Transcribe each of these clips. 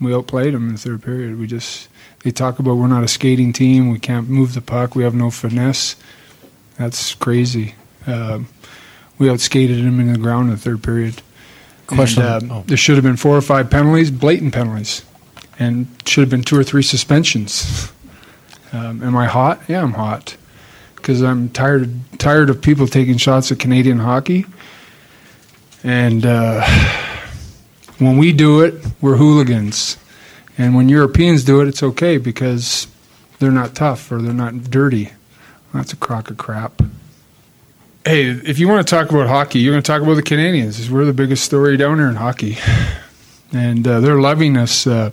we outplayed them in the third period. We just they talk about we're not a skating team. We can't move the puck. We have no finesse. That's crazy. Um, we outskated them in the ground in the third period. Question. And, uh, Oh. There should have been four or five penalties, blatant penalties, and should have been two or three suspensions. Um, am I hot? Yeah, I'm hot because I'm tired tired of people taking shots at Canadian hockey. And uh, when we do it, we're hooligans, and when Europeans do it, it's okay because they're not tough or they're not dirty. That's a crock of crap. Hey, if you want to talk about hockey, you're going to talk about the Canadians. We're the biggest story down here in hockey, and uh, they're loving us. Uh,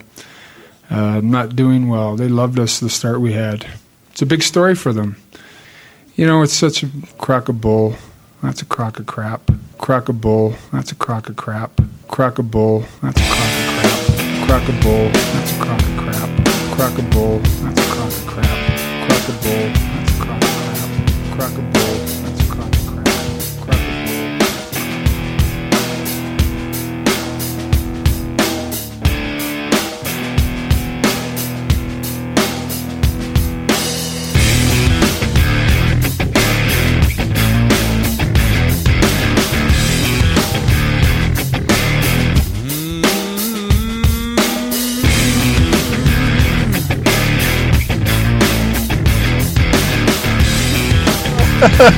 uh, not doing well. They loved us the start we had. It's a big story for them. You know, it's such a crock of bull. That's a crock of crap. Crock of bull. That's a crock of crap. Crock of bull. That's a crock of crap. Crock of bull. That's a crock of crap. Crock of bull. That's a crock of crap. Crock of bull. That's a crock of crap. Crock of bull. That's a crock of crap. Crock of bull.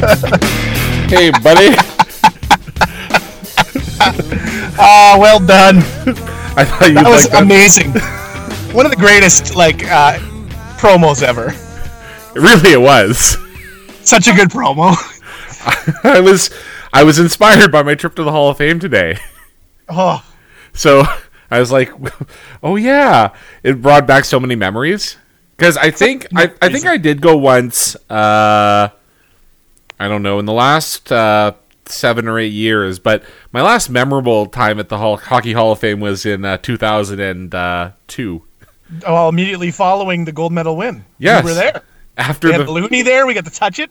Hey, buddy. Ah, well done. I thought you That was like that. amazing. One of the greatest like uh, promos ever. Really, it was. Such a good promo. I was, I was inspired by my trip to the Hall of Fame today. Oh, So I was like, "Oh yeah!" It brought back so many memories because I think I, I think I did go once. Uh, I don't know in the last uh, seven or eight years, but my last memorable time at the Hall, Hockey Hall of Fame was in uh, two thousand and two. well, oh, immediately following the gold medal win. Yes. we were there. After We had the Looney there. We got to touch it,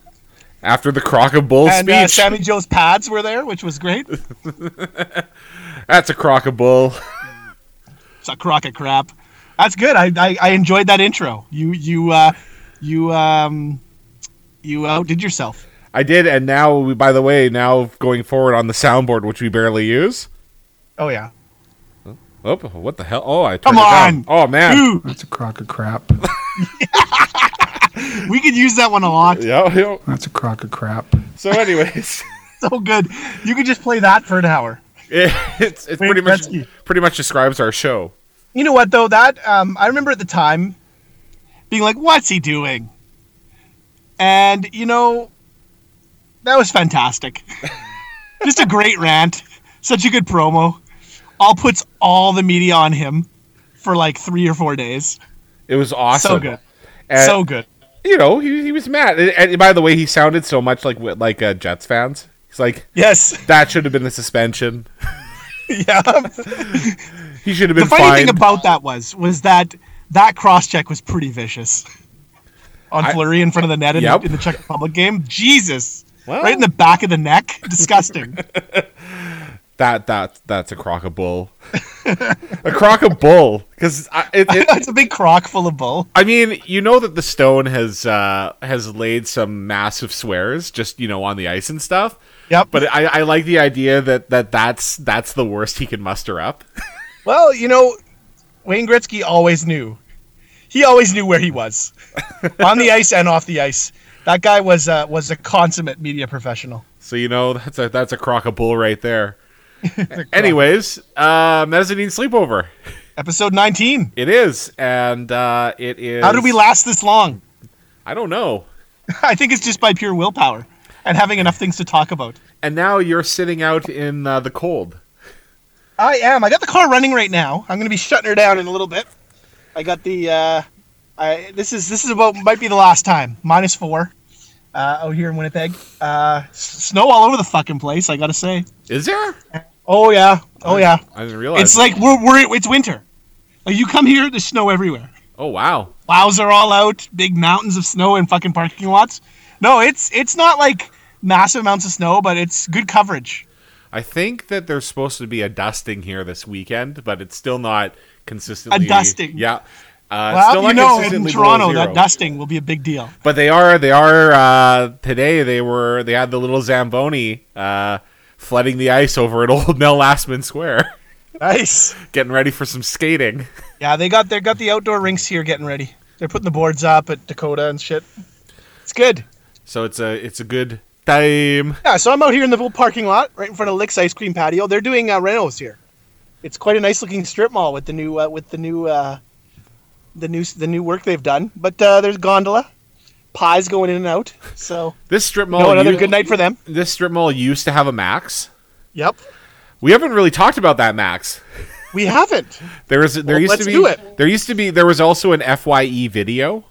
after the crock of bull and speech, uh, Sammy Joe's pads were there, which was great. that's a crock of bull. It's a crock of crap. That's good. I, I, I enjoyed that intro. You you uh, you um you outdid yourself. I did, and now we, by the way, now going forward on the soundboard, which we barely use. Oh yeah. Oh, what the hell? Oh, I turned Come it down. on. Oh man. Ooh, That's a crock of crap. we could use that one a lot. Yeah, yeah. That's a crock of crap. So, anyways, So good. You could just play that for an hour. it, it's it's Wayne pretty much Gretzky. pretty much describes our show. You know what though? That um, I remember at the time being like, "What's he doing?" And you know, that was fantastic. Just a great rant. Such a good promo. All puts all the media on him for like three or four days. It was awesome. Uh, So good. And, so good. you know, he, he was mad. And, and by the way, he sounded so much like wi- like uh, Jets fans. He's like, Yes. that should have been the suspension. Yeah. He should have the been funny fined. thing about that was was that that cross check was pretty vicious on I- Flurry in front of the net in, Yep. in the Czech Republic game. Jesus. Well- Right in the back of the neck. Disgusting. that that that's a crock of bull. a crock of bull because it, it, it's a big crock full of bull. I mean, you know that the stone has uh, has laid some massive swears, just you know, on the ice and stuff. Yep. But I, I like the idea that, that that's that's the worst he can muster up. Well, you know, Wayne Gretzky always knew. He always knew where he was. on the ice and off the ice. That guy was uh, was a consummate media professional. So you know that's a that's a crock of bull right there. Anyways, uh, mezzanine sleepover. Episode 19. It is, and uh, it is. How did we last this long? I don't know. I think it's just by pure willpower and having enough things to talk about. And now you're sitting out in uh, the cold. I am. I got the car running right now. I'm going to be shutting her down in a little bit. I got the. Uh, I this is this is about might be the last time. Minus four. Uh, out here in Winnipeg. Uh, s- snow all over the fucking place. I got to say. Is there? Oh yeah. Oh yeah. I didn't realize. It's like we're we're it's winter. Like you come here, there's snow everywhere. oh wow, Plows are all out. Big mountains of snow in fucking parking lots. No, it's it's not like massive amounts of snow, but it's good coverage. I think that there's supposed to be a dusting here this weekend, but it's still not consistently. A dusting. Yeah. Uh, it's still Well, you not know, in consistently below Toronto, that zero. dusting will be a big deal. But they are they are uh, today. They were they had the little zamboni uh, flooding the ice over at Old Mel Lastman Square, Nice. getting ready for some skating. Yeah, they got they got the outdoor rinks here getting ready. They're putting the boards up at Dakota and shit. It's good. So it's a it's a good time. Yeah, so I'm out here in the little parking lot right in front of Lick's Ice Cream Patio. They're doing uh, renos here. It's quite a nice looking strip mall with the new uh, with the new uh, the new the new work they've done. But uh, there's gondola, pies going in and out. So This strip you mall. know, another u- good night for them. This strip mall used to have a max. Yep. We haven't really talked about that max. We haven't. There was there Well, used let's to be do it. there used to be there was also an Fye video.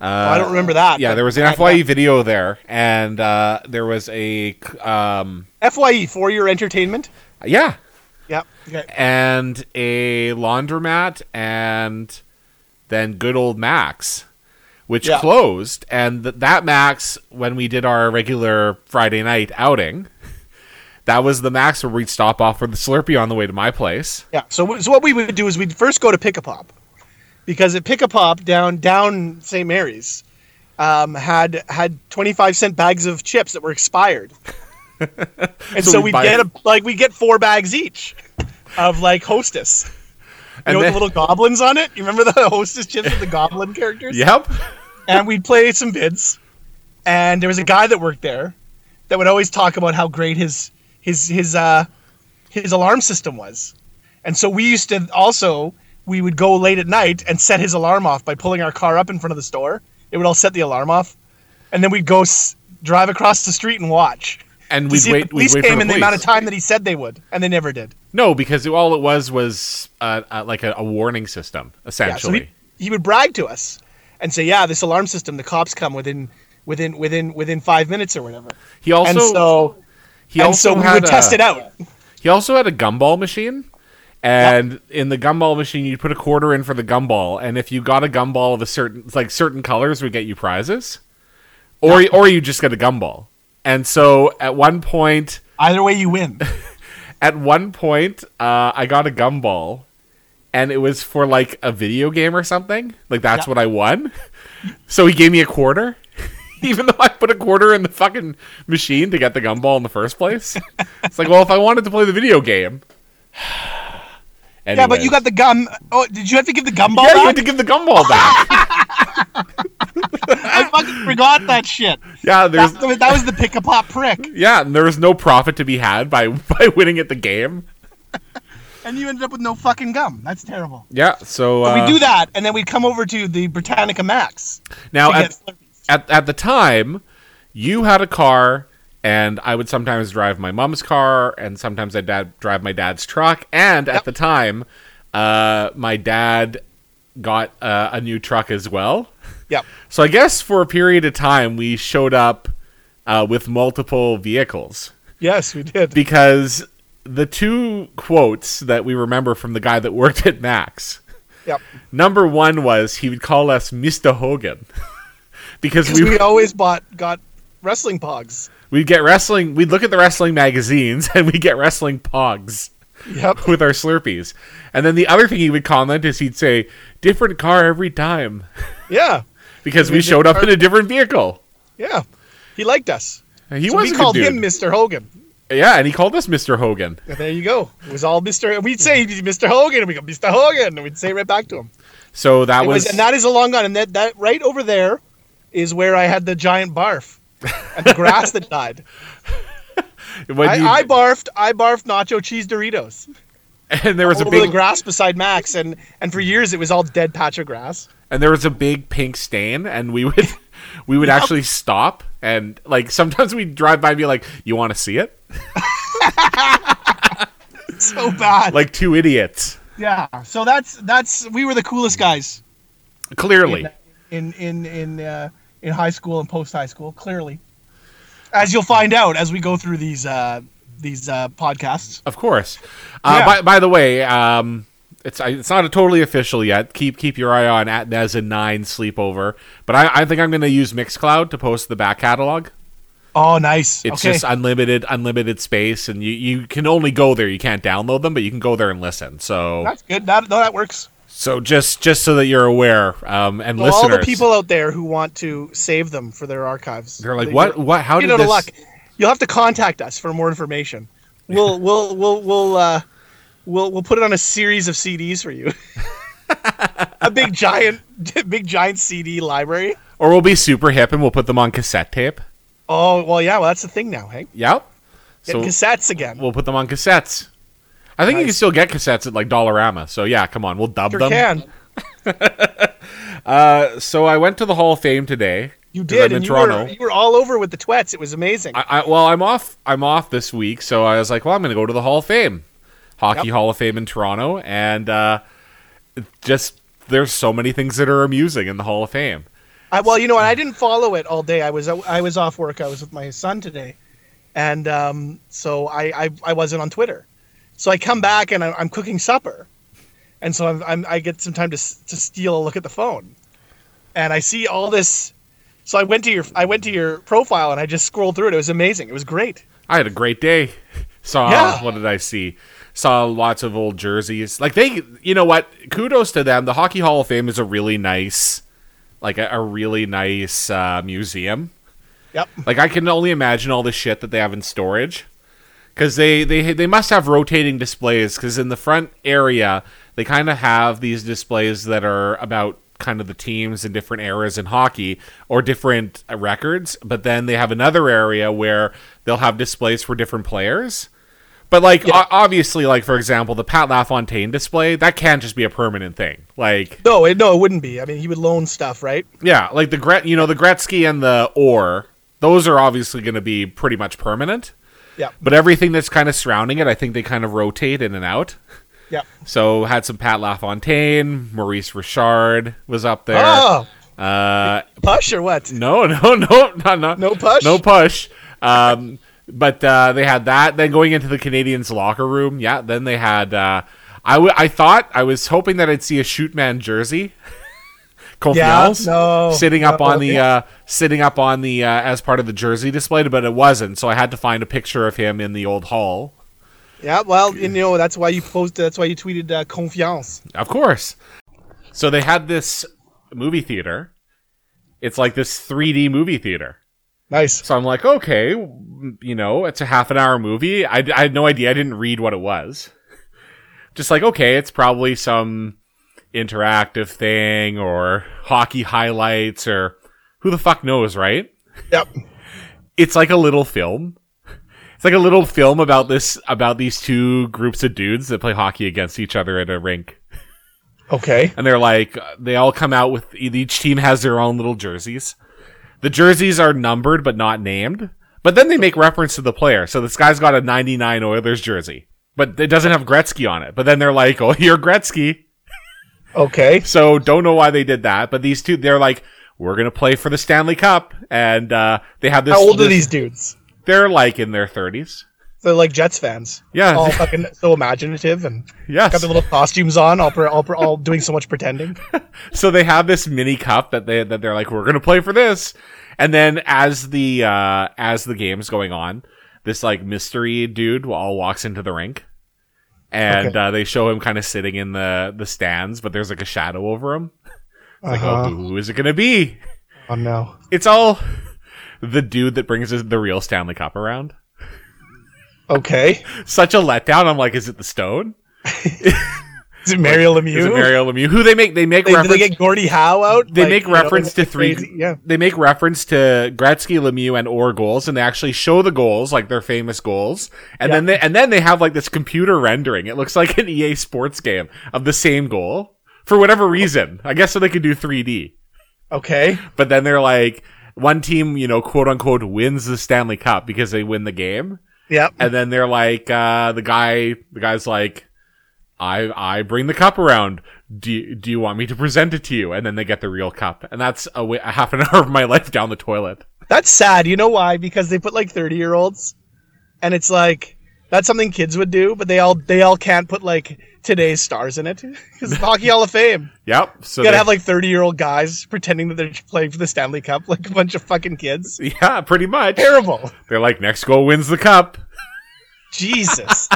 Well, I don't remember that. Uh, Yeah, but- there was an Fye video there, and uh, there was a um, Fye E, for your entertainment. yeah, Yep. Okay. and a laundromat, and then good old Max, which Yeah. closed, and th- that Max when we did our regular Friday night outing. That was the max where we'd stop off for the Slurpee on the way to my place. Yeah. So, wh- so what we would do is we'd first go to Pick a Pop, because at Pick a Pop down down St. Mary's, um, had had twenty five cent bags of chips that were expired, and So so, we'd we'd buy- get a, like we get four bags each of like Hostess. You And know, then- with the little goblins on it. You remember the Hostess chips with the goblin characters? Yep. and we'd play some vids. And there was a guy that worked there that would always talk about how great his his his uh his alarm system was. And so we used to also we would go late at night and set his alarm off by pulling our car up in front of the store. It would all set the alarm off, and then we'd go s- drive across the street and watch. And to we'd see if wait. the police We'd wait came for the in the police. amount of time that he said they would, and they never did. No, because it- all it was was uh, uh, like a, a warning system, Yeah, so essentially. he, he would brag to us and say, "Yeah, this alarm system, the cops come within within within within five minutes or whatever." he also and so he and also so we had would a, test it out. He also had a gumball machine, and in the gumball machine, you'd put a quarter in for the gumball, and if you got a gumball of a certain like certain colors, would get you prizes, or or you just get a gumball. And so at one point, Either way, you win. at one point, uh, I got a gumball, and it was for like a video game or something. Like that's Yeah. what I won. So he gave me a quarter, even though I put a quarter in the fucking machine to get the gumball in the first place. it's like, well, if I wanted to play the video game, yeah, but you got the gum. Oh, did you have to give the gumball yeah, you back? had to give the gumball back. I fucking forgot that shit. yeah, there's. That, was- that was the pick a pop prick, Yeah, and there was no profit to be had by by winning at the game. and you ended up with no fucking gum. That's terrible. Yeah, so But uh, we do that, and then we'd come over to the Britannica Max. now. to At, get Slurpees. at at the time, you had a car, and I would sometimes drive my mom's car, and sometimes I dad drive my dad's truck. And at the time, uh, my dad got uh, a new truck as well. Yep. So I guess for a period of time, we showed up uh, with multiple vehicles Yes, we did. because the two quotes that we remember from the guy that worked at Max. yep. Number one was he would call us Mr. Hogan because Because we, always bought got wrestling pogs. We'd get wrestling. We'd look at the wrestling magazines and we'd get wrestling pogs Yep. with our Slurpees. And then the other thing he would comment is he'd say, different car every time Yeah. because we showed up in a different vehicle. Yeah. He liked us. And He So was we a called good dude. him Mr. Hogan. yeah, and he called us Mr. Hogan. And there you go. It was all Mr. We'd say Mr. Hogan, and we go Mr. Hogan, and we'd say it right back to him. So that It was, was, and that is a long gone. And that, that right over there is where I had the giant barf and the grass that died. when I, you- I barfed. I barfed nacho cheese Doritos and there was a over the big grass beside Max, and and for years it was all dead patch of grass. and there was a big pink stain, and we would we would actually stop and like sometimes we'd drive by and be like, "You want to see it?" So bad. Like two idiots, yeah. So that's that's we were the coolest guys clearly. in in in uh, in high school and post high school. Clearly, as you'll find out as we go through these uh, these uh, podcasts. Of course. Uh, Yeah. by, by the way, um, it's I- it's not a totally official yet. Keep keep your eye on at Nez and Nine Sleepover. But I, I think I'm going to use Mixcloud to post the back catalog. Oh, nice. It's okay. just unlimited, unlimited space, and you, you can only go there. You can't download them, but you can go there and listen. So that's good. That, no, that works. so just just so that you're aware, um, and So listeners, all the people out there who want to save them for their archives, they're like, they- what what? How you did know, this? luck. You'll have to contact us for more information. We'll we'll we'll we'll uh, we'll we'll put it on a series of CDs for you. a big giant, big giant CD library. Or we'll be super hip and we'll put them on cassette tape. Oh well, yeah. Well, that's the thing now. Hank. Yep. Get So cassettes again. we'll put them on cassettes. I think you can Nice. still get cassettes at like Dollarama. So yeah, come on, we'll dub sure them. can. So I went to the Hall of Fame today. You 'cause did, I'm in and you Toronto. were, you were all over with the Twets. It was amazing. I, I well, I'm off. I'm off this week, so I was like, well, I'm going to go to the Hall of Fame, Hockey Yep. Hall of Fame in Toronto, and uh, just there's so many things that are amusing in the Hall of Fame. I, well, you know, and I didn't follow it all day. I was I was off work. I was with my son today, and um, so I, I I wasn't on Twitter. So I come back and I'm, I'm cooking supper, and so I'm, I'm I get some time to s- to steal a look at the phone, and I see all this. So I went to your I went to your profile and I just scrolled through it. It was amazing. It was great. I had a great day. Saw Yeah. what did I see? Saw lots of old jerseys. Like they, you know what? Kudos to them. The Hockey Hall of Fame is a really nice, like a, a really nice uh, museum. Yep. Like I can only imagine all the shit that they have in storage, because they they they must have rotating displays. Because in the front area, they kind of have these displays that are about kind of the teams in different eras in hockey or different uh, records. But then they have another area where they'll have displays for different players. But like o- obviously, like for example, the Pat LaFontaine display that can't just be a permanent thing. Like No, it, no, it wouldn't be. I mean, he would loan stuff, right? yeah, like the Gret, you know, the Gretzky and the Orr, those are obviously going to be pretty much permanent. Yep. But everything that's kind of surrounding it, I think they kind of rotate in and out. Yep. So had some Pat LaFontaine, Maurice Richard was up there. Oh, Uh, push or what? no, no, no, no, no, No push? no push. Um, but uh, they had that. Then going into the Canadians' locker room, yeah. Then they had. Uh, I, w- I thought I was hoping that I'd see a shoot man jersey. Confiance no, sitting up no, on the yeah. uh, sitting up on the uh, as part of the jersey display, but it wasn't. So I had to find a picture of him in the old hall. Yeah. Well, you know, that's why you posted. That's why you tweeted uh, confiance. Of course. So they had this movie theater. It's like this 3D movie theater. Nice. So I'm like, okay, you know, it's a half an hour movie. I, I had no idea. I didn't read what it was. Just like, okay, it's probably some interactive thing or hockey highlights or who the fuck knows, right? Yep. It's like a little film. It's like a little film about this, about these two groups of dudes that play hockey against each other at a rink. Okay. and they're like they all come out with each team has their own little jerseys. The jerseys are numbered but not named. But then they make reference to the player. So this guy's got a 99 Oilers jersey, but it doesn't have Gretzky on it. But then they're like, "Oh, you're Gretzky." Okay. So don't know why they did that, but these two they're like, "We're going to play for the Stanley Cup." And uh they have this How old are this- these dudes? They're like in their 30s. They're like Jets fans. Yeah. All fucking so imaginative and Yes. got their little costumes on, all, pre- all, pre- all doing so much pretending. so they have this mini cup that they that they're like we're gonna play for this and then as the uh as the game's going on this like mystery dude all walks into the rink and Okay. uh, they show him kind of sitting in the the stands but there's like a shadow over him it's like Uh-huh. oh who- who is it gonna be Oh no. it's all the dude that brings us the real stanley cup around Okay. such a letdown i'm like is it the stone Is it Mario Lemieux? is it mario lemieux who they make they make They, do reference they get Gordy Howe out. they Like, make you know, reference to it's three. crazy. Yeah. They make reference to Gretzky, Lemieux, and Orr goals, and they actually show the goals, like their famous goals. And then they and then they have like this computer rendering. It looks like an EA Sports game of the same goal for whatever reason. I guess so they could do 3D. Okay. But then they're like, one team, you know, quote unquote, wins the Stanley Cup because they win the game Yep. and then they're like uh the guy the guy's like i i bring the cup around do you, do you want me to present it to you and then they get the real cup and that's a, wa- a half an hour of my life down the toilet That's sad. You know why? Because they put like 30 year olds and it's like, That's something kids would do, but they all they all can't put like today's stars in it because the Hockey Hall of Fame. Yep. So You gotta they- have like thirty year old guys pretending that they're playing for the Stanley Cup, like a bunch of fucking kids. yeah, pretty much. Terrible. They're like next goal wins the cup. Jesus.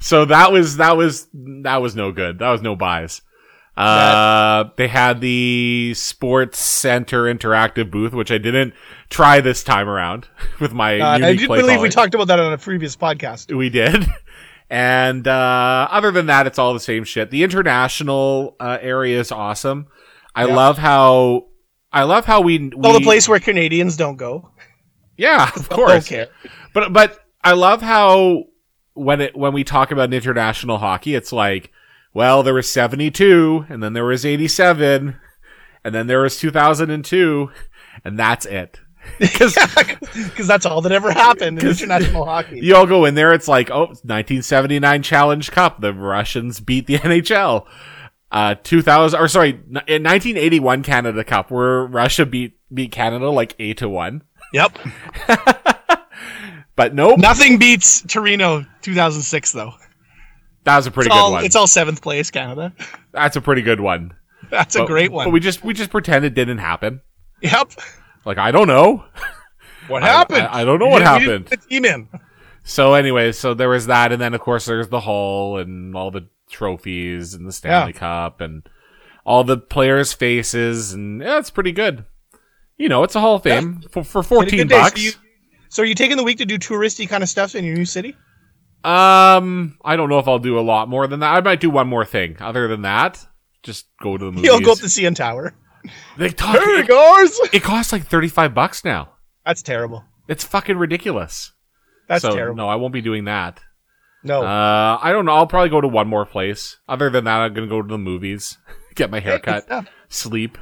So that was that was that was no good. That was no buys. Uh, they had the Sports Center interactive booth, which I didn't try this time around with my. Uh, I unique do play believe we calling. talked about that on a previous podcast. We did. And uh, other than that, it's all the same shit. The international uh, area is awesome. I Yeah. love how I love how we, we Well, the place where Canadians don't go. Yeah, of Don't course. care. But but I love how when it when we talk about international hockey, it's like, well, there was seventy two, and then there was eighty seven, and then there was two thousand and two, and that's it. Because Because that's all that ever happened in international hockey. you all go in there, it's like, oh, 1979 Challenge Cup. The Russians beat the NHL. Uh, 2000, or sorry, n- in 1981 Canada Cup, where Russia beat, beat Canada like 8 to 1. Yep. But nope, Nothing beats Torino 2006, though. that was a pretty It's good all, one. it's all seventh place, Canada. That's a pretty good one. That's a But- great one. But we just, we just pretend it didn't happen. yep. Like, I don't know. What happened? I, I don't know what We didn't- we happened. didn't put the team in. So anyway, so there was that, and then of course there's the hall and all the trophies and the Stanley Cup and all the players' faces, and yeah, it's pretty good. You know, it's a Hall of Fame for, for Had a good fourteen day. So bucks. you- So are you taking the week to do touristy kind of stuff in your new city? Um, I don't know if I'll do a lot more than that. I might do one more thing. Other than that, just go to the movies. You'll go up the CN Tower. they talk, it, goes. it costs like thirty five bucks now. That's terrible. It's fucking ridiculous. That's so, terrible. No, I won't be doing that. No. Uh, I don't know. I'll probably go to one more place. Other than that, I'm gonna go to the movies, get my Hey, haircut, stuff. sleep.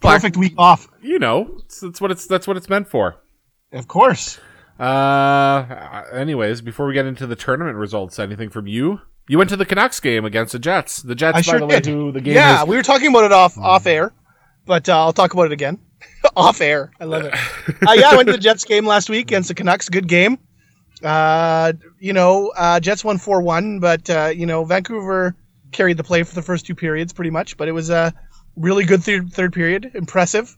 Perfect week off. You know, it's, that's what it's that's what it's meant for. Of course. Uh, anyways, before we get into the tournament results, anything from you? You went to the Canucks game against the Jets. The Jets, I by sure the way, did. who the game Yeah, is. Um, we were talking about it off off air, but uh, I'll talk about it again off air. I love it. uh, yeah, I went to the Jets game last week against the Canucks. Good game. Uh, you know, uh, Jets won four one, but uh, you know Vancouver carried the play for the first two periods pretty much. But it was a really good third third period, impressive.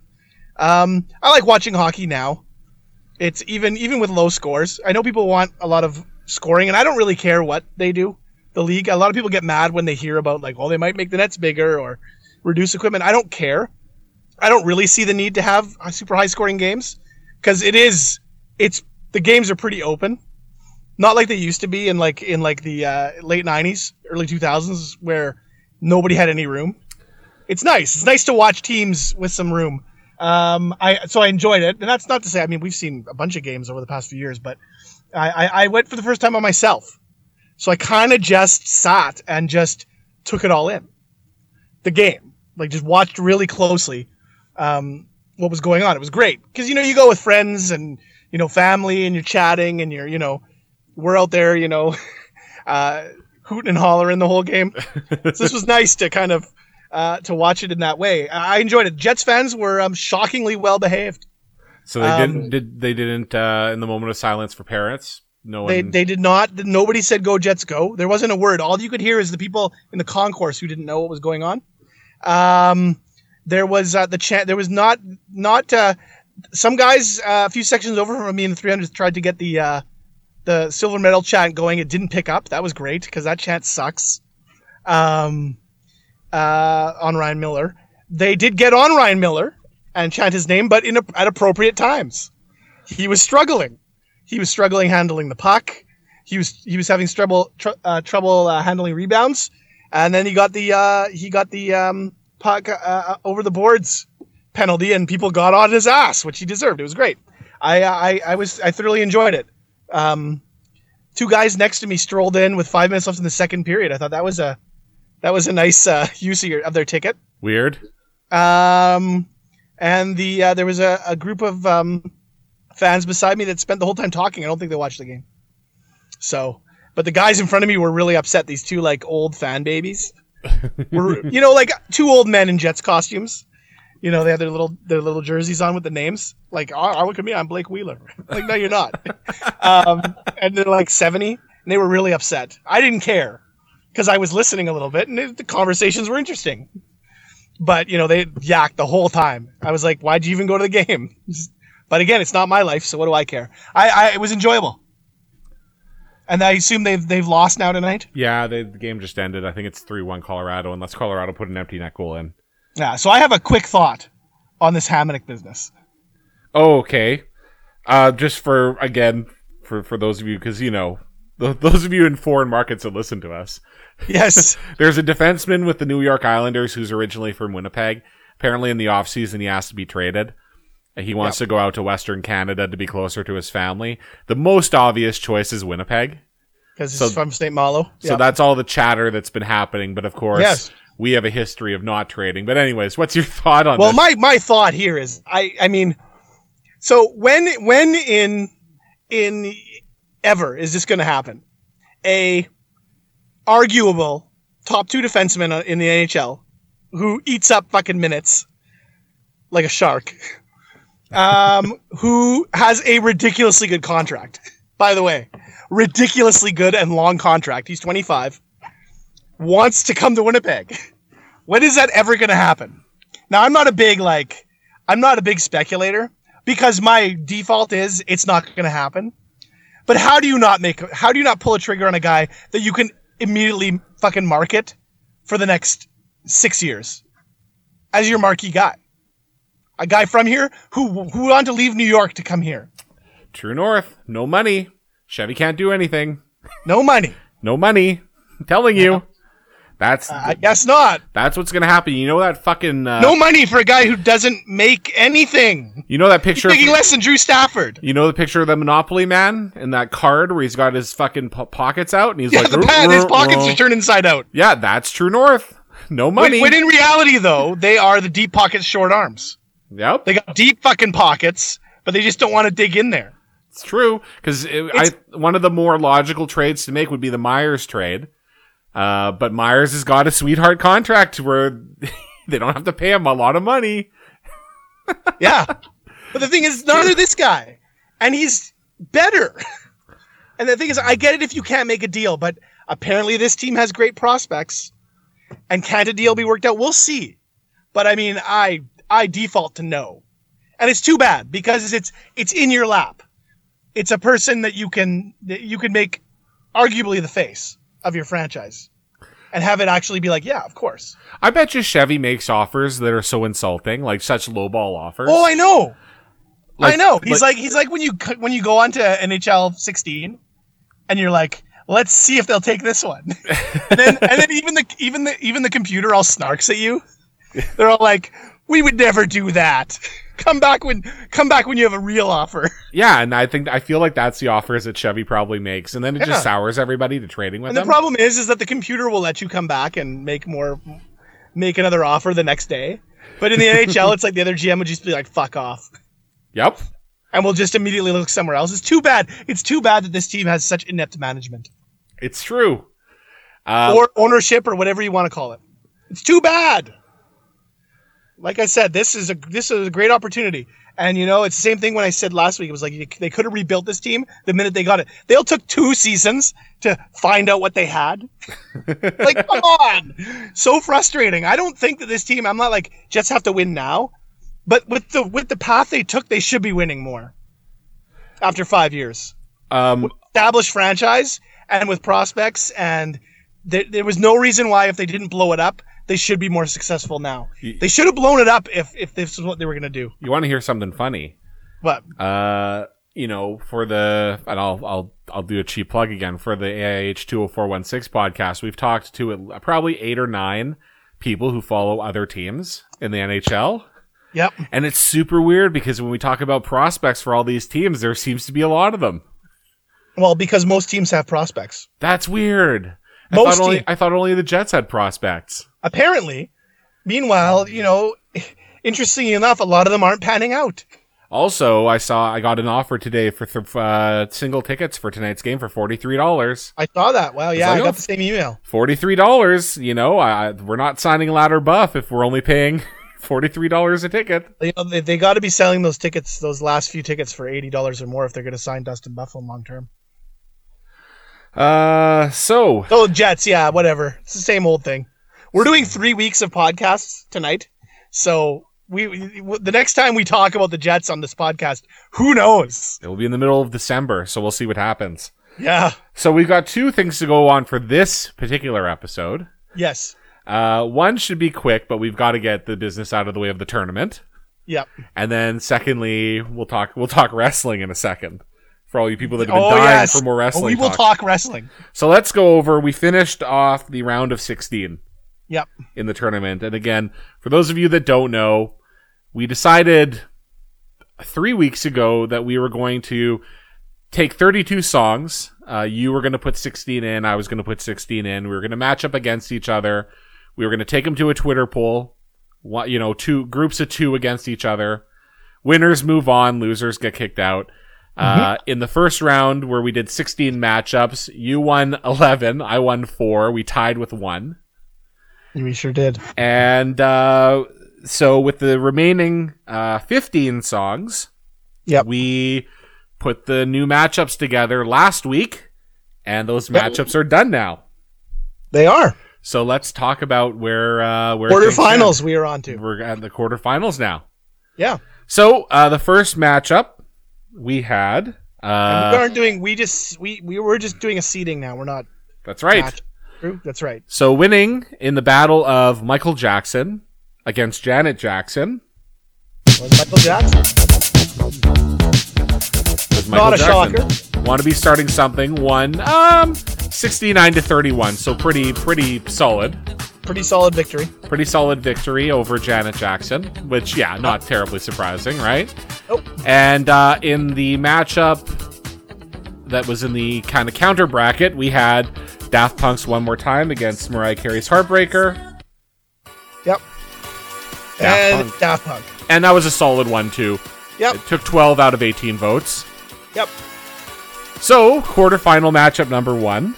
Um, I like watching hockey now. It's even even with low scores. I know people want a lot of scoring, and I don't really care what they do. The league. A lot of people get mad when they hear about like, oh, they might make the nets bigger or reduce equipment. I don't care. I don't really see the need to have uh, super high scoring games because it is. It's the games are pretty open, not like they used to be in like in like the uh, late '90s, early 2000s, where nobody had any room. It's nice. It's nice to watch teams with some room. Um, I so I enjoyed it, and that's not to say. I mean, we've seen a bunch of games over the past few years, but I, I, I went for the first time by myself, so I kind of just sat and just took it all in, the game, like just watched really closely, um, what was going on. It was great because you know you go with friends and you know family and you're chatting and you're you know we're out there you know uh, hooting and hollering the whole game. so this was nice to kind of uh, to watch it in that way. I I enjoyed it. Jets fans were um, shockingly well behaved. so they um, didn't did they didn't uh, in the moment of silence for parents. No one. They, they did not. Nobody said "Go Jets, go." There wasn't a word. All you could hear is the people in the concourse who didn't know what was going on. Um, there was uh, the chant. There was not not uh, some guys uh, a few sections over from me in the 300 tried to get the uh, the silver medal chant going. It didn't pick up. That was great because that chant sucks. Um, uh, on Ryan Miller, they did get on Ryan Miller and chant his name, but in a, at appropriate times. He was struggling he was struggling handling the puck. He was he was having trouble tr- uh, trouble uh, handling rebounds, and then he got the uh, he got the um, puck uh, uh, over the boards penalty, and people got on his ass, which he deserved. It was great. I I, I was I thoroughly enjoyed it. Um, two guys next to me strolled in with five minutes left in the second period. I thought that was a that was a nice uh, use of, your, of their ticket. Weird. Um, and the uh, there was a, a group of um, fans beside me that spent the whole time talking. I don't think they watched the game. So, but the guys in front of me were really upset. These two like old fan babies were, you know, like two old men in Jets costumes. You know, they had their little their little jerseys on with the names. "Ah, Like, oh, look at me, I'm Blake Wheeler. like, no, you're not. um, and they're like seventy, and they were really upset. I didn't care because I was listening a little bit, and it, the conversations were interesting. But you know, they yacked the whole time. I was like, "Why'd you even go to the game?" but again, it's not my life, so what do I care? I, I it was enjoyable, and I assume they've they've lost now tonight. Yeah, they, the game just ended. I think it's three one Colorado, unless Colorado put an empty net goal in. Yeah. So I have a quick thought on this Hamannik business. Oh, okay. Uh, just for again for for those of you because you know th- those of you in foreign markets that listen to us. Yes. There's a defenseman with the New York Islanders who's originally from Winnipeg. Apparently, in the offseason, he asked to be traded. He wants to go out to Western Canada to be closer to his family. The most obvious choice is Winnipeg. Because So- it's from St. Malo. So that's all the chatter that's been happening. But of course, Yes. we have a history of not trading. But anyways, what's your thought on well, this? my my thought here is I I mean, so when when in in ever is this going to happen? A arguable top two defenseman uh, in the NHL who eats up fucking minutes like a shark, um, who has a ridiculously good contract. By the way, ridiculously good and long contract. He's 25. Wants to come to Winnipeg. When is that ever going to happen? Now I'm not a big like I'm not a big speculator because my default is it's not going to happen. But how do you not make how do you not pull a trigger on a guy that you can immediately fucking market for the next 6 years as your marquee guy? A guy from here who who wanted to leave New York to come here. True North, no money. Chevy can't do anything. No money. No money. I'm telling you, that's I guess not. that's what's gonna happen. You know that fucking uh, No money for a guy who doesn't make anything. You know that picture. Making of- less than Drew Stafford. You know the picture of the Monopoly man and that card where he's got his fucking po- pockets out and he's Yeah, like, the "Ruh, pad, his ruh, pockets ruh." are turned inside out. Yeah, that's True North. No money. When, when in reality, though, they are the deep pockets, short arms. yep, They got deep fucking pockets, but they just don't want to dig in there. it's true. Because I one of the more logical trades to make would be the Myers trade, uh, but Myers has got a sweetheart contract where they don't have to pay him a lot of money. Yeah. but the thing is, neither this guy, and he's better. And the thing is, I get it if you can't make a deal, but apparently this team has great prospects, and can't a deal be worked out? We'll see. But I mean, I I default to no, and it's too bad because it's it's in your lap. It's a person that you can that you can make arguably the face of your franchise, and have it actually be like, yeah, of course. I bet you Chevy makes offers that are so insulting, like such lowball offers. Oh, I know. Like- I know. He's like, he's like when you c- when you go on to NHL 16, and you're like, let's see if they'll take this one. and then and then even the even the even the computer all snarks at you. They're all like, we would never do that. Come back when come back when you have a real offer. yeah, and I think I feel like that's the offers that Chevy probably makes, and then it Yeah. just sours everybody to trading with And them. the problem is, is that the computer will let you come back and make more, make another offer the next day. But in the NHL, it's like the other GM would just be like, fuck off. yep. and we'll just immediately look somewhere else. It's too bad. It's too bad that this team has such inept management It's true. Um, or ownership or whatever you want to call it. It's too bad. Like I said, this is a this is a great opportunity, and you know it's the same thing when I said last week. It was like you- they could have rebuilt this team the minute they got it. They all took two seasons to find out what they had. like, come on, so frustrating. I don't think that this team. I'm not like Jets have to win now, but with the with the path they took, they should be winning more. After five years um, established franchise and with prospects and there, there was no reason why if they didn't blow it up they should be more successful now Y- they should have blown it up if, if this is what they were going to do you want to hear something funny? but Uh, you know, for the and I'll I'll I'll do a cheap plug again for the AIH two hundred four one six podcast. We've talked to at- probably eight or nine people who follow other teams in the NHL, yep and it's super weird because when we talk about prospects for all these teams, there seems to be a lot of them. well because most teams have prospects That's weird. I Most thought only team- I thought only the Jets had prospects. apparently meanwhile you know interestingly enough a lot of them aren't panning out Also, I saw I got an offer today for th- uh, single tickets for tonight's game for forty three dollars. i saw that wow yeah like, i oh, got the same email forty-three dollars. You know, I, I- we're not signing ladder buff if we're only paying forty-three dollars a ticket. they, they, they got to be selling those tickets those last few tickets for $80 or more if they're going to sign dustin bufflin long term Uh, so Oh, Jets, yeah, whatever. It's the same old thing. We're doing three weeks of podcasts tonight, so we, we the next time we talk about the Jets on this podcast, who knows? it will be in the middle of December, so we'll see what happens. Yeah. So we've got two things to go on for this particular episode. Yes. Uh, one should be quick, but we've got to get the business out of the way of the tournament. Yep. And then secondly, we'll talk we'll talk wrestling in a second. For all you people that have been Oh dying yes. for more wrestling. we will talk wrestling. So let's go over we finished off the round of 16 Yep. in the tournament. And again, for those of you that don't know, we decided 3 weeks ago that we were going to take 32 songs. Uh, you were going to put 16 in, I was going to put 16 in. We were going to match up against each other. We were going to take them to a Twitter poll. What, you know, two groups of two against each other. Winners move on, losers get kicked out. Mm-hmm. Uh, in the first round where we did 16 matchups, you won 11, I won 4, we tied with 1. We sure did. And uh, so with the remaining uh, 15 songs, Yep. we put the new matchups together last week, and those matchups are done now. They are. So let's talk about where uh, where things Quarterfinals we are on stand. to. We're at the quarterfinals now. Yeah. So uh, the first matchup we had. we Uh, aren't doing we just we, we were just doing a seating now. We're not that's right. match- True? That's right. So winning in the battle of Michael Jackson against Janet Jackson. Was Michael Jackson. with Not Michael a Want to be starting something? One, um, sixty-nine to thirty-one. So pretty, pretty solid. Pretty solid victory. Pretty solid victory over Janet Jackson, which yeah, not terribly surprising, right? Nope. And uh, in the matchup that was in the kind of counter bracket, we had Daft Punk's "One More Time" against Mariah Carey's "Heartbreaker," Yep. and Punk. Daft Punk. and that was a solid one too. Yep. It took twelve out of eighteen votes. Yep. So quarterfinal matchup number one.